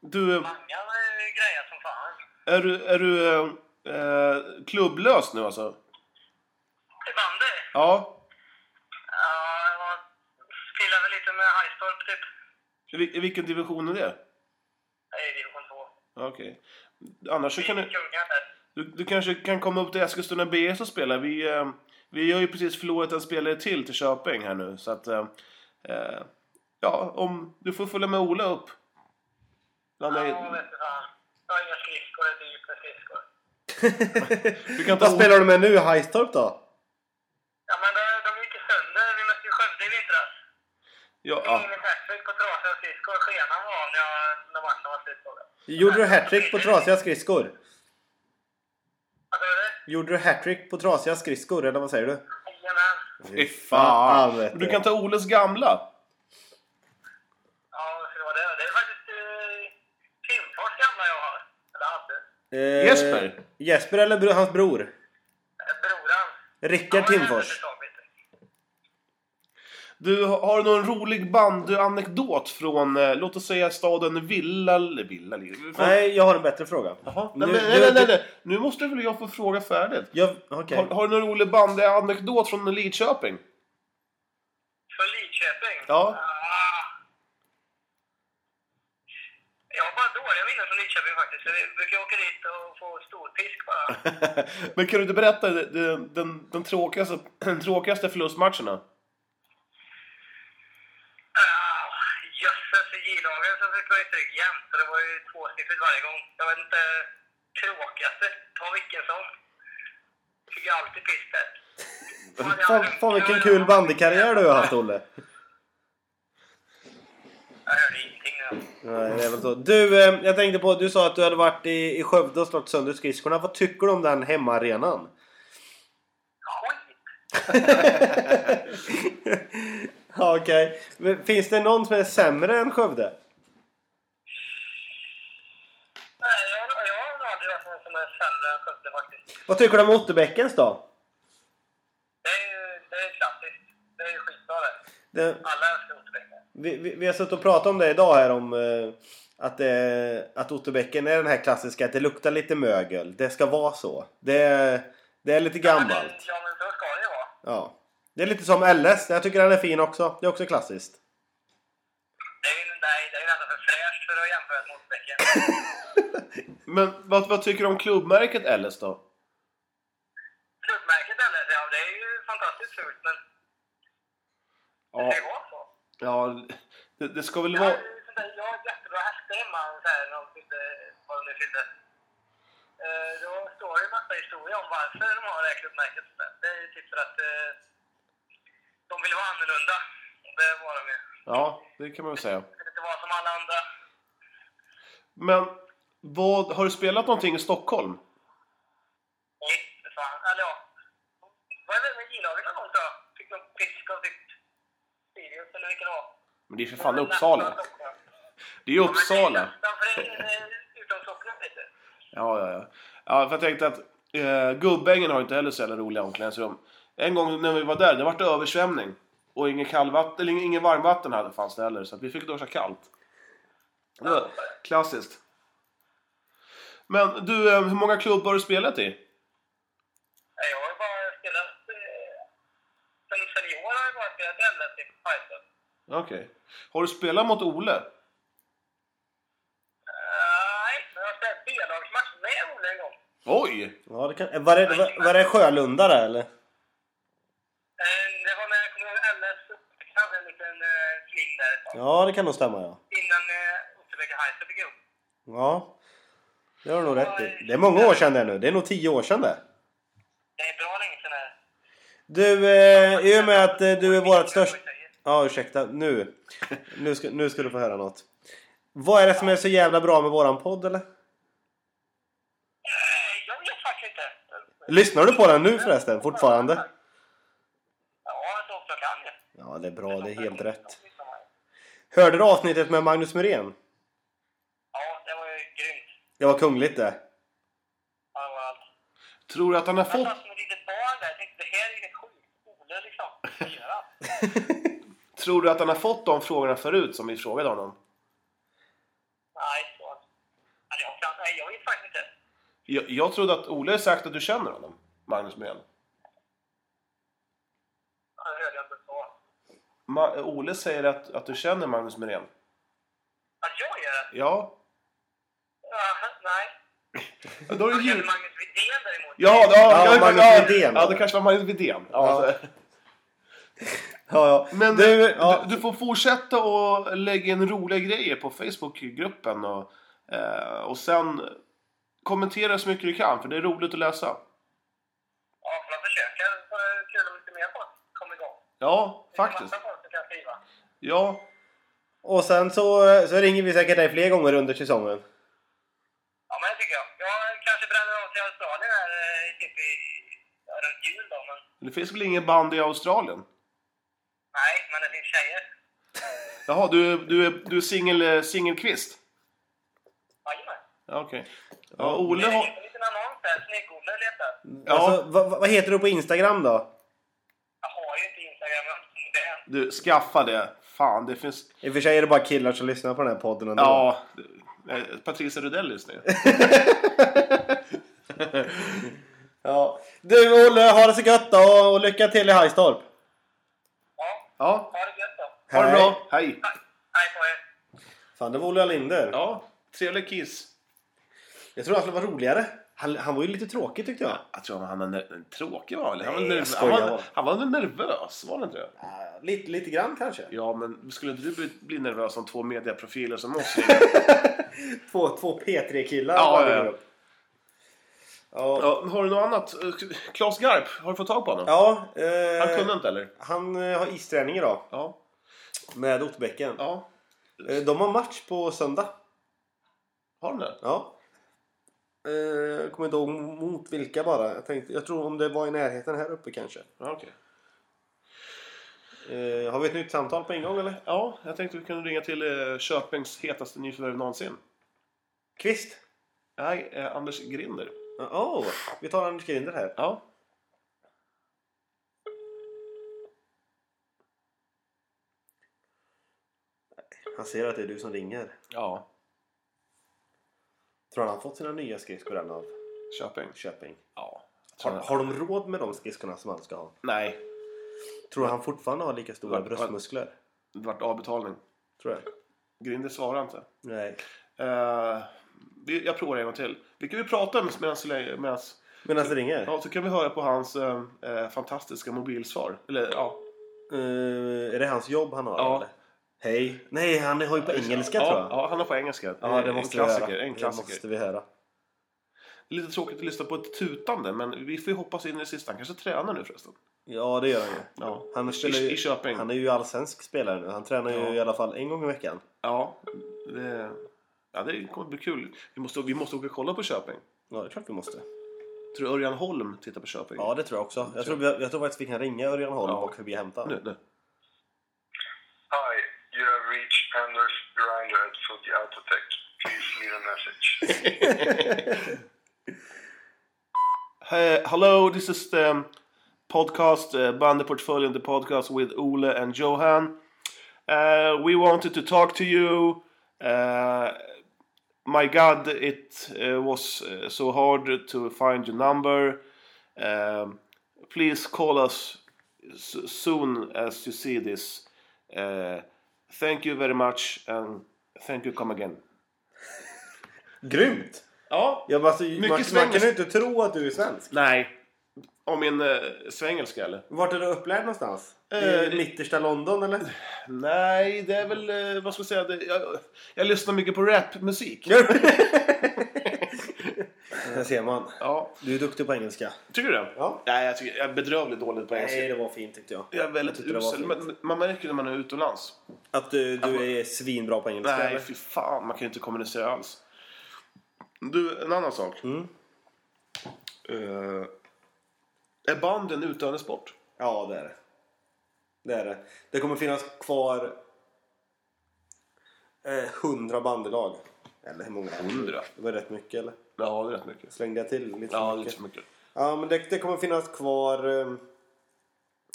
Speaker 3: Du,
Speaker 5: Många eh, grejer som fan.
Speaker 3: är du, är du eh, eh, klubblös nu alltså?
Speaker 5: I bandy?
Speaker 3: Ja.
Speaker 5: Ja, jag spelade väl lite med Hajstorp typ.
Speaker 3: I, vil- i vilken division är det?
Speaker 5: Jag är i division 2.
Speaker 3: Ja, Okej. Annars så kan du,
Speaker 5: Kungar där.
Speaker 3: du, du kanske kan komma upp till Eskilstuna BS och spela. Vi, eh, vi har ju precis förlorat en spelare till till Köping här nu. Så att, eh, eh, ja, om du får följa med Ola upp. Bland
Speaker 5: Ja,
Speaker 3: dig-
Speaker 5: vet du fan. Jag har inga skridskor, det är dyrt med skridskor.
Speaker 3: Du kan ta
Speaker 2: Vad spelar du med nu, Hajstorp då?
Speaker 5: Ja, men de, de gick ju sönder. Vi mötte ju Skövde i vintras.
Speaker 3: Ja,
Speaker 5: Ja.
Speaker 3: ja.
Speaker 5: Ingen hattrick på trasiga skridskor. Skenan var av när, jag, när matchen var slut. såg jag.
Speaker 2: Gjorde du hattrick på trasiga skridskor?
Speaker 5: Vad sa du?
Speaker 2: Gjorde du hattrick på trasiga skridskor, eller vad säger du?
Speaker 5: Jajamän.
Speaker 3: Fy
Speaker 2: fan,
Speaker 3: fan.
Speaker 2: vet
Speaker 3: Du
Speaker 2: du.
Speaker 3: kan ta Oles gamla.
Speaker 5: Ja, vad skulle det vara det? Det är faktiskt eh, Timfors gamla jag har. Eller hade.
Speaker 2: Eh,
Speaker 3: Jesper?
Speaker 2: Jesper eller bro, hans bror?
Speaker 5: Eh, Broran.
Speaker 2: Rickard
Speaker 5: Han var ju
Speaker 2: Timfors.
Speaker 5: väldigt avbiten.
Speaker 3: Du, har du någon rolig bandyanekdot från, eh, låt oss säga staden Villa... Villa
Speaker 2: Nej, jag har en bättre fråga.
Speaker 3: Jaha.
Speaker 2: Nu-
Speaker 3: Nej, men,
Speaker 2: nu-
Speaker 3: nej, nej, nej, nej. Nu måste väl jag få fråga färdigt.
Speaker 2: Jag, okej.
Speaker 3: Har, har du någon rolig bandyanekdot från Lidköping?
Speaker 5: Från Lidköping?
Speaker 3: Ja.
Speaker 5: Ah. Jag har bara dåliga minnen från Lidköping faktiskt. Så Vi brukar åka dit och få storpisk bara.
Speaker 3: Men kan du inte berätta den, den, den, tråkigaste, den tråkigaste förlustmatcherna?
Speaker 5: Ah, Jösses, i J-lagen så fick man ju stryk jämt. så Det var ju tvåsiffrigt varje gång. Jag vet inte. Tråkigaste? Ta vilken som. Fick ju alltid pisk där. Fan, jag-
Speaker 2: Fan, fan vilken kul bandykarriär du har haft Olle.
Speaker 5: Jag hörde ingenting nu.
Speaker 2: Nej, det är väl så. Du, eh, jag tänkte på du sa att du hade varit i, i Skövde och slagit sönder skridskorna. Vad tycker du om den hemmaarenan?
Speaker 5: Skit!
Speaker 2: Ja, Okej. Men Finns det någon som är sämre än Skövde?
Speaker 5: Nej, jag, jag har aldrig varit någon som är sämre än Skövde faktiskt.
Speaker 2: Vad tycker du om Otterbäckens då?
Speaker 5: Det är ju det är ju klassiskt. Det är ju skitbra det.
Speaker 2: Det,
Speaker 5: Alla älskar Otterbäcken.
Speaker 2: vi, vi, vi har suttit och pratat om det idag här om eh, att, eh, att Otterbäcken är den här klassiska att det luktar lite mögel. Det ska vara så. Det, det är lite gammalt.
Speaker 5: Ja, men så ska det ju vara.
Speaker 2: Ja. Det är lite som LS. Jag tycker den är fin också. Det är också klassiskt.
Speaker 5: Det är ju, nej, det är ju nästan för fräscht för att jämföra med Otterbäcken.
Speaker 3: Men vad, vad tycker du om klubbmärket LS då?
Speaker 5: Klubbmärket eller? Ja, det är ju fantastiskt fult, men det
Speaker 3: Ja,
Speaker 5: ska ju vara så.
Speaker 3: ja det, det ska väl
Speaker 5: Jag har
Speaker 3: vara...
Speaker 5: ju sånt där- jag har jättebra hästar hemma, så här, de tyckte vad de ni fyllde. Eh, Då står det ju massa historier om varför de har det här klubbmärket. Det är ju typ för att eh, de vill vara annorlunda. Det var de ju.
Speaker 3: Ja, det kan man väl säga.
Speaker 5: De vill inte vara som alla andra.
Speaker 3: Men vad, har du spelat någonting i Stockholm?
Speaker 5: Nej, för fan. Eller ja. Var det väl med J-laget någon gång tror jag? Fick någon pisk av typ Sirius eller vilken det var.
Speaker 3: Men det är för fan Uppsala. Det är ju Uppsala.
Speaker 5: Utanför utom Stockholm lite.
Speaker 3: Ja, ja, ja. ja för jag tänkte att eh, Gubbängen har inte heller så jävla roliga omklädningsrum. En gång när vi var där, det vart översvämning. Och ingen kallvatten, eller ingen- ingen varmvatten hade fanns det heller. Så att vi fick duscha kallt. Det var klassiskt. Men du, eh, hur många klubbar har du spelat i?
Speaker 5: Nej, Jag har ju bara spelat... eh, Sen sen i år har jag bara spelat i LSD på Fighters.
Speaker 3: Okej. Har du spelat mot Ole?
Speaker 5: Nej, men jag har spelat B-lagsmatch med Olle en gång.
Speaker 3: Oj!
Speaker 2: Ja, det kan... Var det, var, var det Sjölunda där eller?
Speaker 5: Eh, Det var när jag kom ihåg LS hade en liten eh, sling där ett tag.
Speaker 2: Ja, det kan nog stämma ja.
Speaker 5: Innan eh, Otterbäcke Heiser fick upp.
Speaker 2: Ja, det har du nog rätt i. Det är många år sedan det är nu. Det är nog tio år sedan det.
Speaker 5: Det är bra länge sedan det här.
Speaker 2: Du, eh, i och med att eh, du är vårt största... Ja, ursäkta. Nu. Nu ska, nu ska du få höra något. Vad är det som är så jävla bra med våran podd eller?
Speaker 5: Eh, Jag vet faktiskt inte.
Speaker 2: Lyssnar du på den nu förresten? Fortfarande?
Speaker 5: Ja, så ofta jag kan ju.
Speaker 2: Ja, det är bra. Det är helt rätt.
Speaker 5: Lyssna på mig.
Speaker 2: Hörde du avsnittet med Magnus Muren?
Speaker 5: Ja, det var ju grymt.
Speaker 2: Det var kungligt det.
Speaker 5: Ja, det var allt.
Speaker 3: Tror du att han har
Speaker 5: Jag
Speaker 3: fått...
Speaker 5: satt som ett litet barn där. Jag tänkte det här är ju helt sjukt. Olle liksom. Vad gör han?
Speaker 3: Tror du att han har fått de frågorna förut som vi frågade honom?
Speaker 5: Nej, så. Alltså, jag, kan, nej, jag vet faktiskt inte.
Speaker 3: Jag, jag trodde att Ole har sagt att du känner honom, Magnus Muren.
Speaker 5: Ja, Det hörde jag inte så.
Speaker 3: Ma- Ole säger att, att du känner Magnus Muren.
Speaker 5: Att jag gör det?
Speaker 3: Ja.
Speaker 5: Ja, nej.
Speaker 3: Då är det
Speaker 5: Jag
Speaker 3: jul.
Speaker 5: känner Magnus Widén däremot.
Speaker 3: Ja, ja,
Speaker 2: Ja,
Speaker 3: ja,
Speaker 2: Magnus
Speaker 3: ja,
Speaker 2: Widén.
Speaker 3: Ja, det kanske var Magnus Alltså, Widén. Ja.
Speaker 2: Ja, ja.
Speaker 3: Men eh,
Speaker 2: du,
Speaker 3: du,
Speaker 2: ja.
Speaker 3: du, får fortsätta och lägga in roliga grejer på Facebookgruppen och, eh, och sen kommentera så mycket du kan för det är roligt att läsa.
Speaker 5: Ja, får jag försöka. Så är det Kul om lite mer folk kommer igång.
Speaker 3: Ja,
Speaker 5: Det är
Speaker 3: faktiskt.
Speaker 5: massa folk som kan skriva.
Speaker 3: Ja,
Speaker 2: Och sen så, så ringer vi säkert dig fler gånger under säsongen.
Speaker 5: Ja, men det tycker jag. Jag kanske bränner av till Australien här eh, typ i ja, runt jul då, men
Speaker 3: det finns väl ingen band i Australien?
Speaker 5: nej, men det finns tjejer.
Speaker 3: Jaha, du, du, är- du är singel, singelkvist?
Speaker 5: Jajamän.
Speaker 3: Ja, Okej. Ja, Ole
Speaker 5: Det
Speaker 3: har...
Speaker 5: är en liten annons där. Snygg-Olle letar.
Speaker 3: Ja.
Speaker 2: Alltså, vad, vad heter du på Instagram då?
Speaker 5: Jag har ju inte Instagram, jag har inte modern.
Speaker 3: Du, skaffa det. Fan, det finns...
Speaker 2: I och för sig är det bara killar som lyssnar på den här podden ändå.
Speaker 3: Ja, eh, Patricia Rudell just nu.
Speaker 2: Ja. Du Olle, ha det så gött då och- och lycka till i Hajstorp.
Speaker 5: Ja,
Speaker 3: Ja,
Speaker 5: ha det gött då.
Speaker 3: ha det
Speaker 2: Hej.
Speaker 3: bra. Hej.
Speaker 5: Hej på er.
Speaker 2: Fan, det var Olle Linder.
Speaker 3: Ja, trevlig kiss.
Speaker 2: Jag tror han skulle vara roligare. Han, han var ju lite tråkig tyckte jag.
Speaker 3: Jag tror han var ner- tråkig var han, eller? han var
Speaker 2: Nej, jag
Speaker 3: nervös. Han
Speaker 2: skojar
Speaker 3: var,
Speaker 2: bara.
Speaker 3: han var väl nervös, var han inte det?
Speaker 2: Äh, lite, lite grann kanske.
Speaker 3: Ja, men skulle inte du bli, bli nervös om två mediaprofiler som oss?
Speaker 2: Två, två P3-killar
Speaker 3: Ja,
Speaker 2: bara
Speaker 3: ja, ja.
Speaker 2: ringer upp. Ja,
Speaker 3: ja, har du något annat? Claes Garp, har du fått tag på honom?
Speaker 2: ja
Speaker 3: Han kunde
Speaker 2: eh,
Speaker 3: inte, eller?
Speaker 2: han eh, har isträning idag
Speaker 3: Ja.
Speaker 2: med Otterbäcken.
Speaker 3: ja.
Speaker 2: Eh, de har match på söndag.
Speaker 3: Har han det?
Speaker 2: Ja. Eh, jag kommer inte ihåg mot vilka bara. Jag, tänkte, jag tror om det var i närheten här uppe kanske.
Speaker 3: Ja, okej.
Speaker 2: Eh, har vi ett nytt samtal på ingång eller?
Speaker 3: Ja, jag tänkte vi kunde ringa till eh, Köpings hetaste nyförvärv någonsin.
Speaker 2: Kvist?
Speaker 3: Nej, eh, Anders Grinder.
Speaker 2: Oh, vi tar Anders Grinder här.
Speaker 3: Ja.
Speaker 2: Han ser att det är du som ringer.
Speaker 3: Ja.
Speaker 2: Tror han har fått sina nya skridskor än av
Speaker 3: Köping.
Speaker 2: Köping?
Speaker 3: Ja.
Speaker 2: Har, har de råd med de skridskorna som han ska ha?
Speaker 3: Nej,
Speaker 2: Tror du han fortfarande har lika stora
Speaker 3: Var- var-
Speaker 2: bröstmuskler?
Speaker 3: det vart avbetalning.
Speaker 2: Tror jag.
Speaker 3: Grinder svarar inte.
Speaker 2: Nej.
Speaker 3: Eh, vi, jag provar en gång till. Vi kan ju prata med medans, medans,
Speaker 2: Medan alltså, det ringer?
Speaker 3: Ja, så kan vi höra på hans eh, eh, fantastiska mobilsvar. Eller ja.
Speaker 2: Eh, är det hans jobb han har
Speaker 3: ja.
Speaker 2: eller? Hej. Nej, han har ju på engelska
Speaker 3: ja,
Speaker 2: tror jag.
Speaker 3: Ja, han har på engelska.
Speaker 2: Ja, det måste
Speaker 3: en
Speaker 2: vi
Speaker 3: klassiker.
Speaker 2: höra.
Speaker 3: En klassiker.
Speaker 2: Det måste vi höra.
Speaker 3: Det är lite tråkigt att lyssna på ett tutande, men vi får ju hoppas in i det sista. Han kanske tränar nu förresten.
Speaker 2: Ja, det gör han ju.
Speaker 3: Ja.
Speaker 2: Han, spelar
Speaker 3: I, I
Speaker 2: ju,
Speaker 3: Köping.
Speaker 2: han är ju allsvensk spelare nu. Han tränar ju
Speaker 3: Ja.
Speaker 2: i alla fall en gång i veckan.
Speaker 3: Ja, det, ja, det kommer bli kul. Vi måste, vi måste åka och kolla på Köping.
Speaker 2: Ja, det är klart vi måste.
Speaker 3: Tror du Örjan Holm tittar på Köping?
Speaker 2: Ja, det tror jag också. Jag tror, vi, jag tror faktiskt vi kan ringa Örjan Holm
Speaker 3: Ja.
Speaker 2: och förbi och hämta
Speaker 3: Nu, nu.
Speaker 5: Hi, you have reached Anders Grinder at Fuji Autotech. Please leave a message.
Speaker 3: Hey, Eh, hello, this is the um, podcast, uh, Bande Portfolio, the podcast with Ole and Johan. Uh, we wanted to talk to you. Uh, my God, it uh, was uh, so hard to find your number. Um, please call us s- soon as you see this. Uh, thank you very much and thank you, come again.
Speaker 2: Grymt!
Speaker 3: Ja,
Speaker 2: Ja, men alltså,
Speaker 3: Mycket
Speaker 2: man, man
Speaker 3: svengelska.
Speaker 2: kan ju inte tro att du är svensk.
Speaker 3: nej. Om min uh, svengelska eller?
Speaker 2: Vart är du upplärd någonstans?
Speaker 3: Eh,
Speaker 2: I mittersta London eller?
Speaker 3: Nej, det är väl, eh, vad ska jag säga, det, jag, jag lyssnar mycket på rapmusik.
Speaker 2: Där ser man.
Speaker 3: Ja,
Speaker 2: Du är duktig på engelska. Alltså-
Speaker 3: tycker du det?
Speaker 2: Ja.
Speaker 3: Nej, jag, tycker, jag är bedrövligt dålig på engelska.
Speaker 2: Nej, det var fint tyckte jag.
Speaker 3: Jag är
Speaker 2: Jag
Speaker 3: väldigt
Speaker 2: tyckte det var
Speaker 3: usel. Men man märker när man är utomlands.
Speaker 2: Att du, du är svinbra på engelska?
Speaker 3: Nej,
Speaker 2: eller?
Speaker 3: fy fan, man kan ju inte kommunicera alls. Du, en annan sak.
Speaker 2: Mm.
Speaker 3: Eh, är band en utövande sport?
Speaker 2: Ja, det är det. Det är det. Det kommer finnas kvar eh, 100 bandelag. Eller hur många?
Speaker 3: 100?
Speaker 2: Det var rätt mycket eller?
Speaker 3: Ja, det är rätt mycket.
Speaker 2: Slängde jag till lite
Speaker 3: Ja,
Speaker 2: för
Speaker 3: det är
Speaker 2: mycket?
Speaker 3: inte så mycket.
Speaker 2: Ja, men det, det kommer finnas kvar... eh,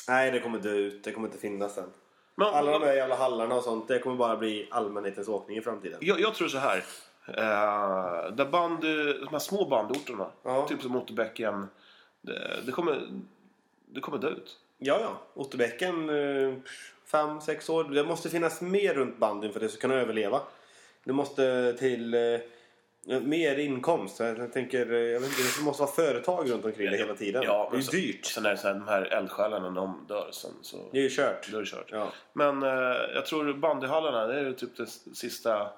Speaker 2: Nej, det kommer dö ut. Det kommer inte finnas sen.
Speaker 3: Men,
Speaker 2: Alla de där jävla hallarna och sånt, det kommer bara bli allmänhetens åkning i framtiden.
Speaker 3: Jag, jag tror så här. Eh, där band, de här små bandorterna,
Speaker 2: Ja.
Speaker 3: typ som Otterbäcken, det, det, kommer, det kommer dö ut.
Speaker 2: Ja, ja. Otterbäcken, eh, fem, sex år. Det måste finnas mer runt bandyn för att det ska kunna överleva. Det måste till eh, mer inkomst. Jag jag tänker, eh, jag vet inte, det måste vara företag runt omkring det hela tiden. det är ju
Speaker 3: så-
Speaker 2: dyrt.
Speaker 3: alltså, Sen är det så här, de här eldsjälarna, när de dör sen så
Speaker 2: Det är ju kört.
Speaker 3: då är det kört.
Speaker 2: Ja.
Speaker 3: Men eh, jag tror bandyhallarna, det är typ det sista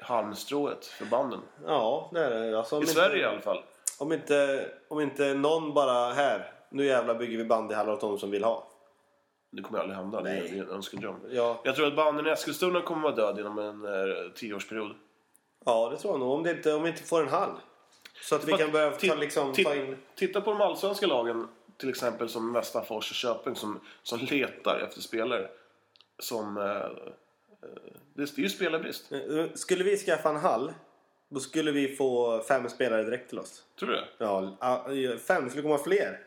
Speaker 3: halmstrået för banden.
Speaker 2: Ja, det är det. Alltså, om
Speaker 3: I
Speaker 2: inte-
Speaker 3: Sverige i alla fall.
Speaker 2: Om inte, om inte någon bara här, nu jävlar bygger vi bandyhallar åt de som vill ha.
Speaker 3: Det kommer aldrig hända. Det är-
Speaker 2: Nej.
Speaker 3: Det är en önskedröm.
Speaker 2: Ja,
Speaker 3: Jag tror att banden i Eskilstuna kommer vara död inom en eh, tioårsperiod.
Speaker 2: ja det tror jag nog. Om, det inte, om vi inte får en hall. Så att vi
Speaker 3: Fast
Speaker 2: kan börja
Speaker 3: ti-
Speaker 2: ta, liksom,
Speaker 3: ti-
Speaker 2: ta in...
Speaker 3: Titta på de allsvenska lagen, till exempel som Västerfors och Köping, som, som letar efter spelare. Som, eh, eh, det är ju spelarbrist.
Speaker 2: Eh, Skulle vi skaffa en hall, då skulle vi få fem spelare direkt till oss.
Speaker 3: Tror du det?
Speaker 2: Ja, ah, eh, fem. skulle komma fler.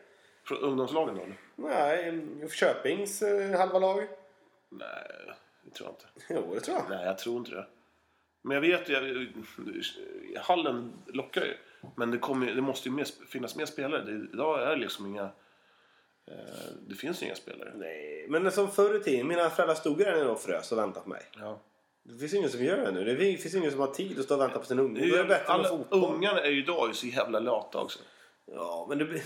Speaker 3: Från ungdomslagen då? eller?
Speaker 2: Nej, eh, Köpings eh, halva lag.
Speaker 3: Nej, det tror jag inte.
Speaker 2: Jo, det tror jag.
Speaker 3: Nej, jag tror inte det. Men jag vet ju, jag- hallen lockar ju. Men det, kommer, ju- det måste ju mer, sp- finnas mer spelare. Det, idag är det liksom inga... Eh, det finns ju inga spelare.
Speaker 2: Nej, men som förr i tiden. Mina föräldrar stod ju där nere och frös och väntade på mig.
Speaker 3: Ja.
Speaker 2: Det finns ingen som gör det nu. Det finns ingen som har tid att stå och vänta på sin unge. Då är det bättre med
Speaker 3: Alla
Speaker 2: fotboll.
Speaker 3: ungarna är ju idag så jävla lata också.
Speaker 2: Ja, men det blir...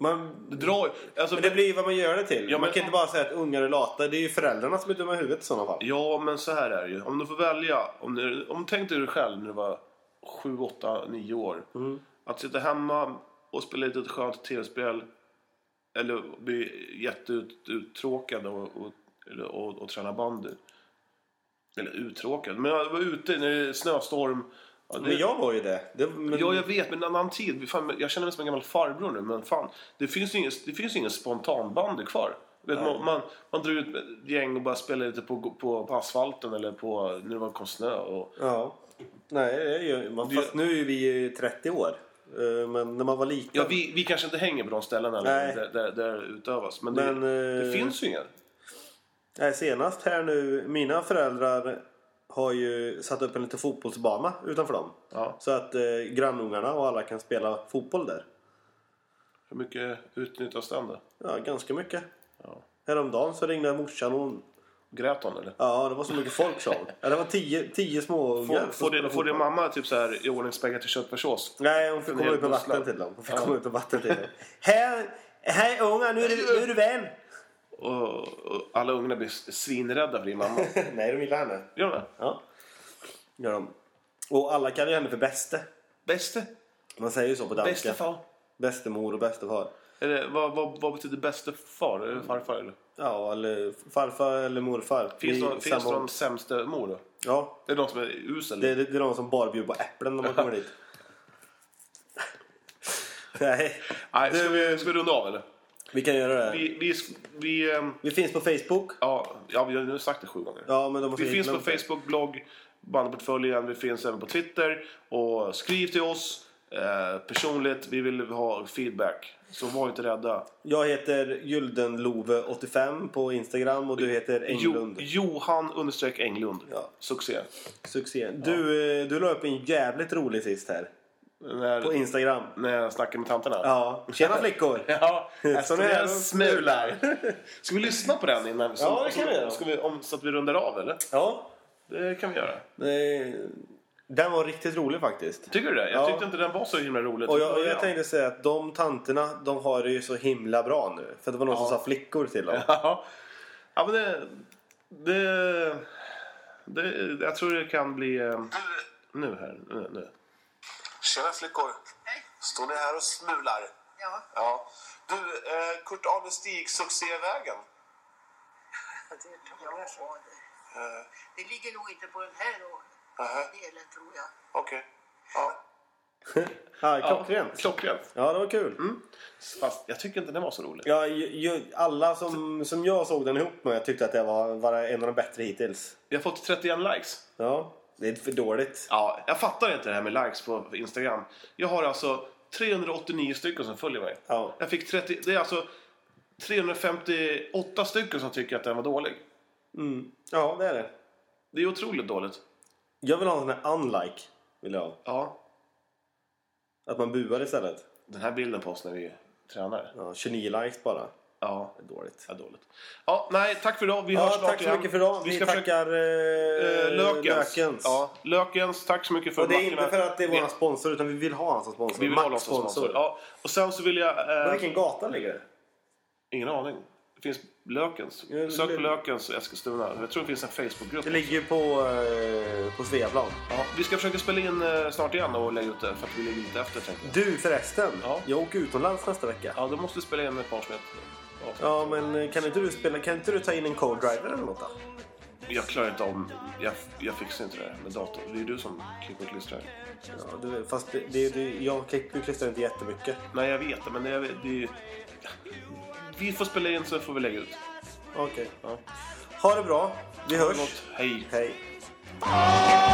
Speaker 2: Man...
Speaker 3: Det drar ju- alltså,
Speaker 2: Men det blir ju vad man gör det till.
Speaker 3: Ja,
Speaker 2: Man
Speaker 3: men-
Speaker 2: kan inte bara säga att ungar är lata. Det är ju föräldrarna som är dumma i huvudet i sådana fall.
Speaker 3: Ja, men så här är det ju. Om du får välja. Om du, om, tänk dig dig själv när du var 7, 8, 9 år. Att sitta hemma och spela lite ett skönt tv-spel. Eller bli jätteuttråkad och, och, eller- och, och träna bandy. Eller uttråkad. Men jag var ute när det är snöstorm. Ja, det,
Speaker 2: Men jag var ju det. det men...
Speaker 3: Ja, jag vet, men en annan tid. Fan, jag känner mig som en gammal farbror nu, men fan. Det finns ju ingen, det finns ju ingen spontanbandy kvar. Vet, man, man, man drar ut ett gäng och bara spelar lite på, på, på asfalten eller på, nu var det kom snö. Och,
Speaker 2: Ja. Nej, det är ju... man-
Speaker 3: Det-
Speaker 2: Fast nu är vi ju 30 år. Eh, Men när man var liten...
Speaker 3: ja, vi, vi kanske inte hänger på de ställena
Speaker 2: Nej.
Speaker 3: eller, där, där, där det utövas, men,
Speaker 2: Men,
Speaker 3: det,
Speaker 2: eh,
Speaker 3: det finns ju inga.
Speaker 2: Nej, senast här nu, mina föräldrar har ju satt upp en liten fotbollsbana utanför dem.
Speaker 3: Ja.
Speaker 2: Så att eh, grannungarna och alla kan spela fotboll där.
Speaker 3: Hur mycket utnyttjas den då?
Speaker 2: Ja, ganska mycket.
Speaker 3: Ja.
Speaker 2: Häromdagen så ringde morsan och hon...
Speaker 3: Grät hon eller?
Speaker 2: Ja, det var så mycket folk sa hon. Ja, det var tio, tio små ungar.
Speaker 3: Får,
Speaker 2: som
Speaker 3: får,
Speaker 2: spelade
Speaker 3: din, får din
Speaker 2: fotboll.
Speaker 3: mamma typ så här i ordning spagetti köttfärssås?
Speaker 2: Nej, hon fick komma
Speaker 3: hel
Speaker 2: ut med vatten
Speaker 3: busslapp.
Speaker 2: till dem. Hon fick
Speaker 3: Ja.
Speaker 2: komma ut med vatten till dem. Hej, hej unga, nu är du, nu är du vän!
Speaker 3: Och, och alla ungarna blir svinrädda för din mamma.
Speaker 2: Nej, de gillar henne.
Speaker 3: Gör de det?
Speaker 2: Ja, gör de. Och alla kallar ju henne för bäste.
Speaker 3: Bäste?
Speaker 2: Man säger ju så på danska.
Speaker 3: Bäste far?
Speaker 2: Bästemor och bästefar.
Speaker 3: Eller, vad, vad, vad betyder bäste far? Är det farfar eller?
Speaker 2: Ja, eller farfar eller morfar.
Speaker 3: Finns
Speaker 2: Vi
Speaker 3: det,
Speaker 2: är
Speaker 3: någon- finns det
Speaker 2: samma-
Speaker 3: de sämsta mor då?
Speaker 2: Ja,
Speaker 3: Är det de som är usel?
Speaker 2: det, det, det är de som bara bjuder på äpplen när man kommer dit. Nej,
Speaker 3: Nej, ska, vi, ska vi runda av eller?
Speaker 2: vi kan göra det. Här.
Speaker 3: Vi, vi, sk- vi, ehm,
Speaker 2: Vi finns på Facebook.
Speaker 3: ja, ja, vi har nu sagt det sju gånger.
Speaker 2: Ja, men de måste
Speaker 3: vi finns på
Speaker 2: glömt det.
Speaker 3: Facebook, blogg, bandportföljen. Vi finns även på Twitter. Och skriv till oss eh, personligt. Vi vill ha feedback. Så var inte rädda.
Speaker 2: Jag heter Gyldenlove85 på Instagram och du heter Englund.
Speaker 3: Jo, Johan understreck Englund.
Speaker 2: Ja.
Speaker 3: Succé.
Speaker 2: Succé. Du, eh, du la upp en jävligt rolig sist här. På
Speaker 3: När,
Speaker 2: Instagram.
Speaker 3: när jag snackar med tanterna.
Speaker 2: Ja, tjena flickor!
Speaker 3: Mm. Ja,
Speaker 2: Så
Speaker 3: så
Speaker 2: nu är
Speaker 3: är
Speaker 2: de
Speaker 3: smular. Ska vi lyssna på den innan? Så,
Speaker 2: Ja, det kan vi göra.
Speaker 3: Ska vi, om, så att vi rundar av eller?
Speaker 2: Ja,
Speaker 3: Det kan vi göra.
Speaker 2: eh, den var riktigt rolig faktiskt.
Speaker 3: Tycker du det? Jag
Speaker 2: Ja.
Speaker 3: tyckte inte den var så himla rolig.
Speaker 2: Och
Speaker 3: till
Speaker 2: jag, och jag
Speaker 3: början.
Speaker 2: tänkte säga att de tanterna, de har det ju så himla bra nu. För det var någon som sa flickor till dem.
Speaker 3: Ja, ja men det, det, det... Jag tror det kan bli... eh, Nu här. Nu, nu.
Speaker 6: Tjena flickor! Hej! Står ni här och smular?
Speaker 7: Ja.
Speaker 6: ja. Du, eh, Kurt Arne Stig, succévägen.
Speaker 7: Ja, det tror jag. Ja, det. det ligger nog inte på den här då,
Speaker 6: Nähä,
Speaker 7: delen tror jag.
Speaker 6: okej. Ja.
Speaker 2: Ja,
Speaker 3: Ja,
Speaker 2: klockrent.
Speaker 3: klockrent.
Speaker 2: Ja, det var kul. Mm.
Speaker 3: Fast jag tycker inte den var så rolig.
Speaker 2: Ja, ju, ju, alla som, som jag såg den ihop med tyckte att det var, var en av de bättre hittills.
Speaker 3: Vi har fått 31 likes.
Speaker 2: Ja, det är för dåligt.
Speaker 3: Ja, jag fattar inte det här med likes på Instagram. Jag har alltså 389 stycken som följer mig.
Speaker 2: Ja.
Speaker 3: Jag fick 30, det är alltså 358 stycken som tycker att den var dålig.
Speaker 2: Ja, det är det.
Speaker 3: Det är otroligt dåligt.
Speaker 2: Jag vill ha en sån här unlike. Vill jag. ha.
Speaker 3: Ja,
Speaker 2: Att man buar istället.
Speaker 3: den här bilden på oss när vi tränar.
Speaker 2: Ja, 29 likes bara.
Speaker 3: Ja,
Speaker 2: Dåligt.
Speaker 3: det är dåligt. Ja, nej, tack för idag. Vi hörs
Speaker 2: Ja,
Speaker 3: snart
Speaker 2: tack så
Speaker 3: igen.
Speaker 2: mycket för idag. Vi,
Speaker 3: Vi ska försöka...
Speaker 2: tackar eh,
Speaker 3: Eh, lökens.
Speaker 2: Lökens.
Speaker 3: Ja, lökens. Tack så mycket för
Speaker 2: Och det är
Speaker 3: mackorna.
Speaker 2: inte för att det är vår
Speaker 3: Vi-
Speaker 2: sponsor utan vi vill ha honom som sponsor.
Speaker 3: Vi vill
Speaker 2: Max
Speaker 3: hålla oss som sponsor. Ja, och sen så vill jag...
Speaker 2: På
Speaker 3: Eh,
Speaker 2: vilken gata ligger det?
Speaker 3: Ingen aning. Det finns Lökens.
Speaker 2: Ja, det-
Speaker 3: Sök på Lökens och Eskilstuna. Jag tror det finns en Facebookgrupp.
Speaker 2: Det ligger ju på, eh, på Sveaplan.
Speaker 3: Ja, vi ska försöka spela in eh, snart igen och lägga ut det för att vi ligger lite efter tänkte jag.
Speaker 2: Du förresten,
Speaker 3: Ja.
Speaker 2: jag åker utomlands nästa vecka.
Speaker 3: Ja, då måste vi spela in ett par som heter... Ja.
Speaker 2: Ja men eh, kan inte du, spela, kan inte du ta in en co-driver eller något då?
Speaker 3: Jag klarar inte om... Jag, jag fixar inte det här med datorn. Det är ju du som klipper och klistrar.
Speaker 2: Ja, du, fast det, det, det, jag klipper klistrar inte jättemycket.
Speaker 3: Nej, jag vet det, men det är, det är ju... Vi får spela in så får vi lägga ut.
Speaker 2: Okej.
Speaker 3: Ja.
Speaker 2: Ha det bra. Vi hörs.
Speaker 3: Gott, hej!
Speaker 2: Hej.
Speaker 1: Åh,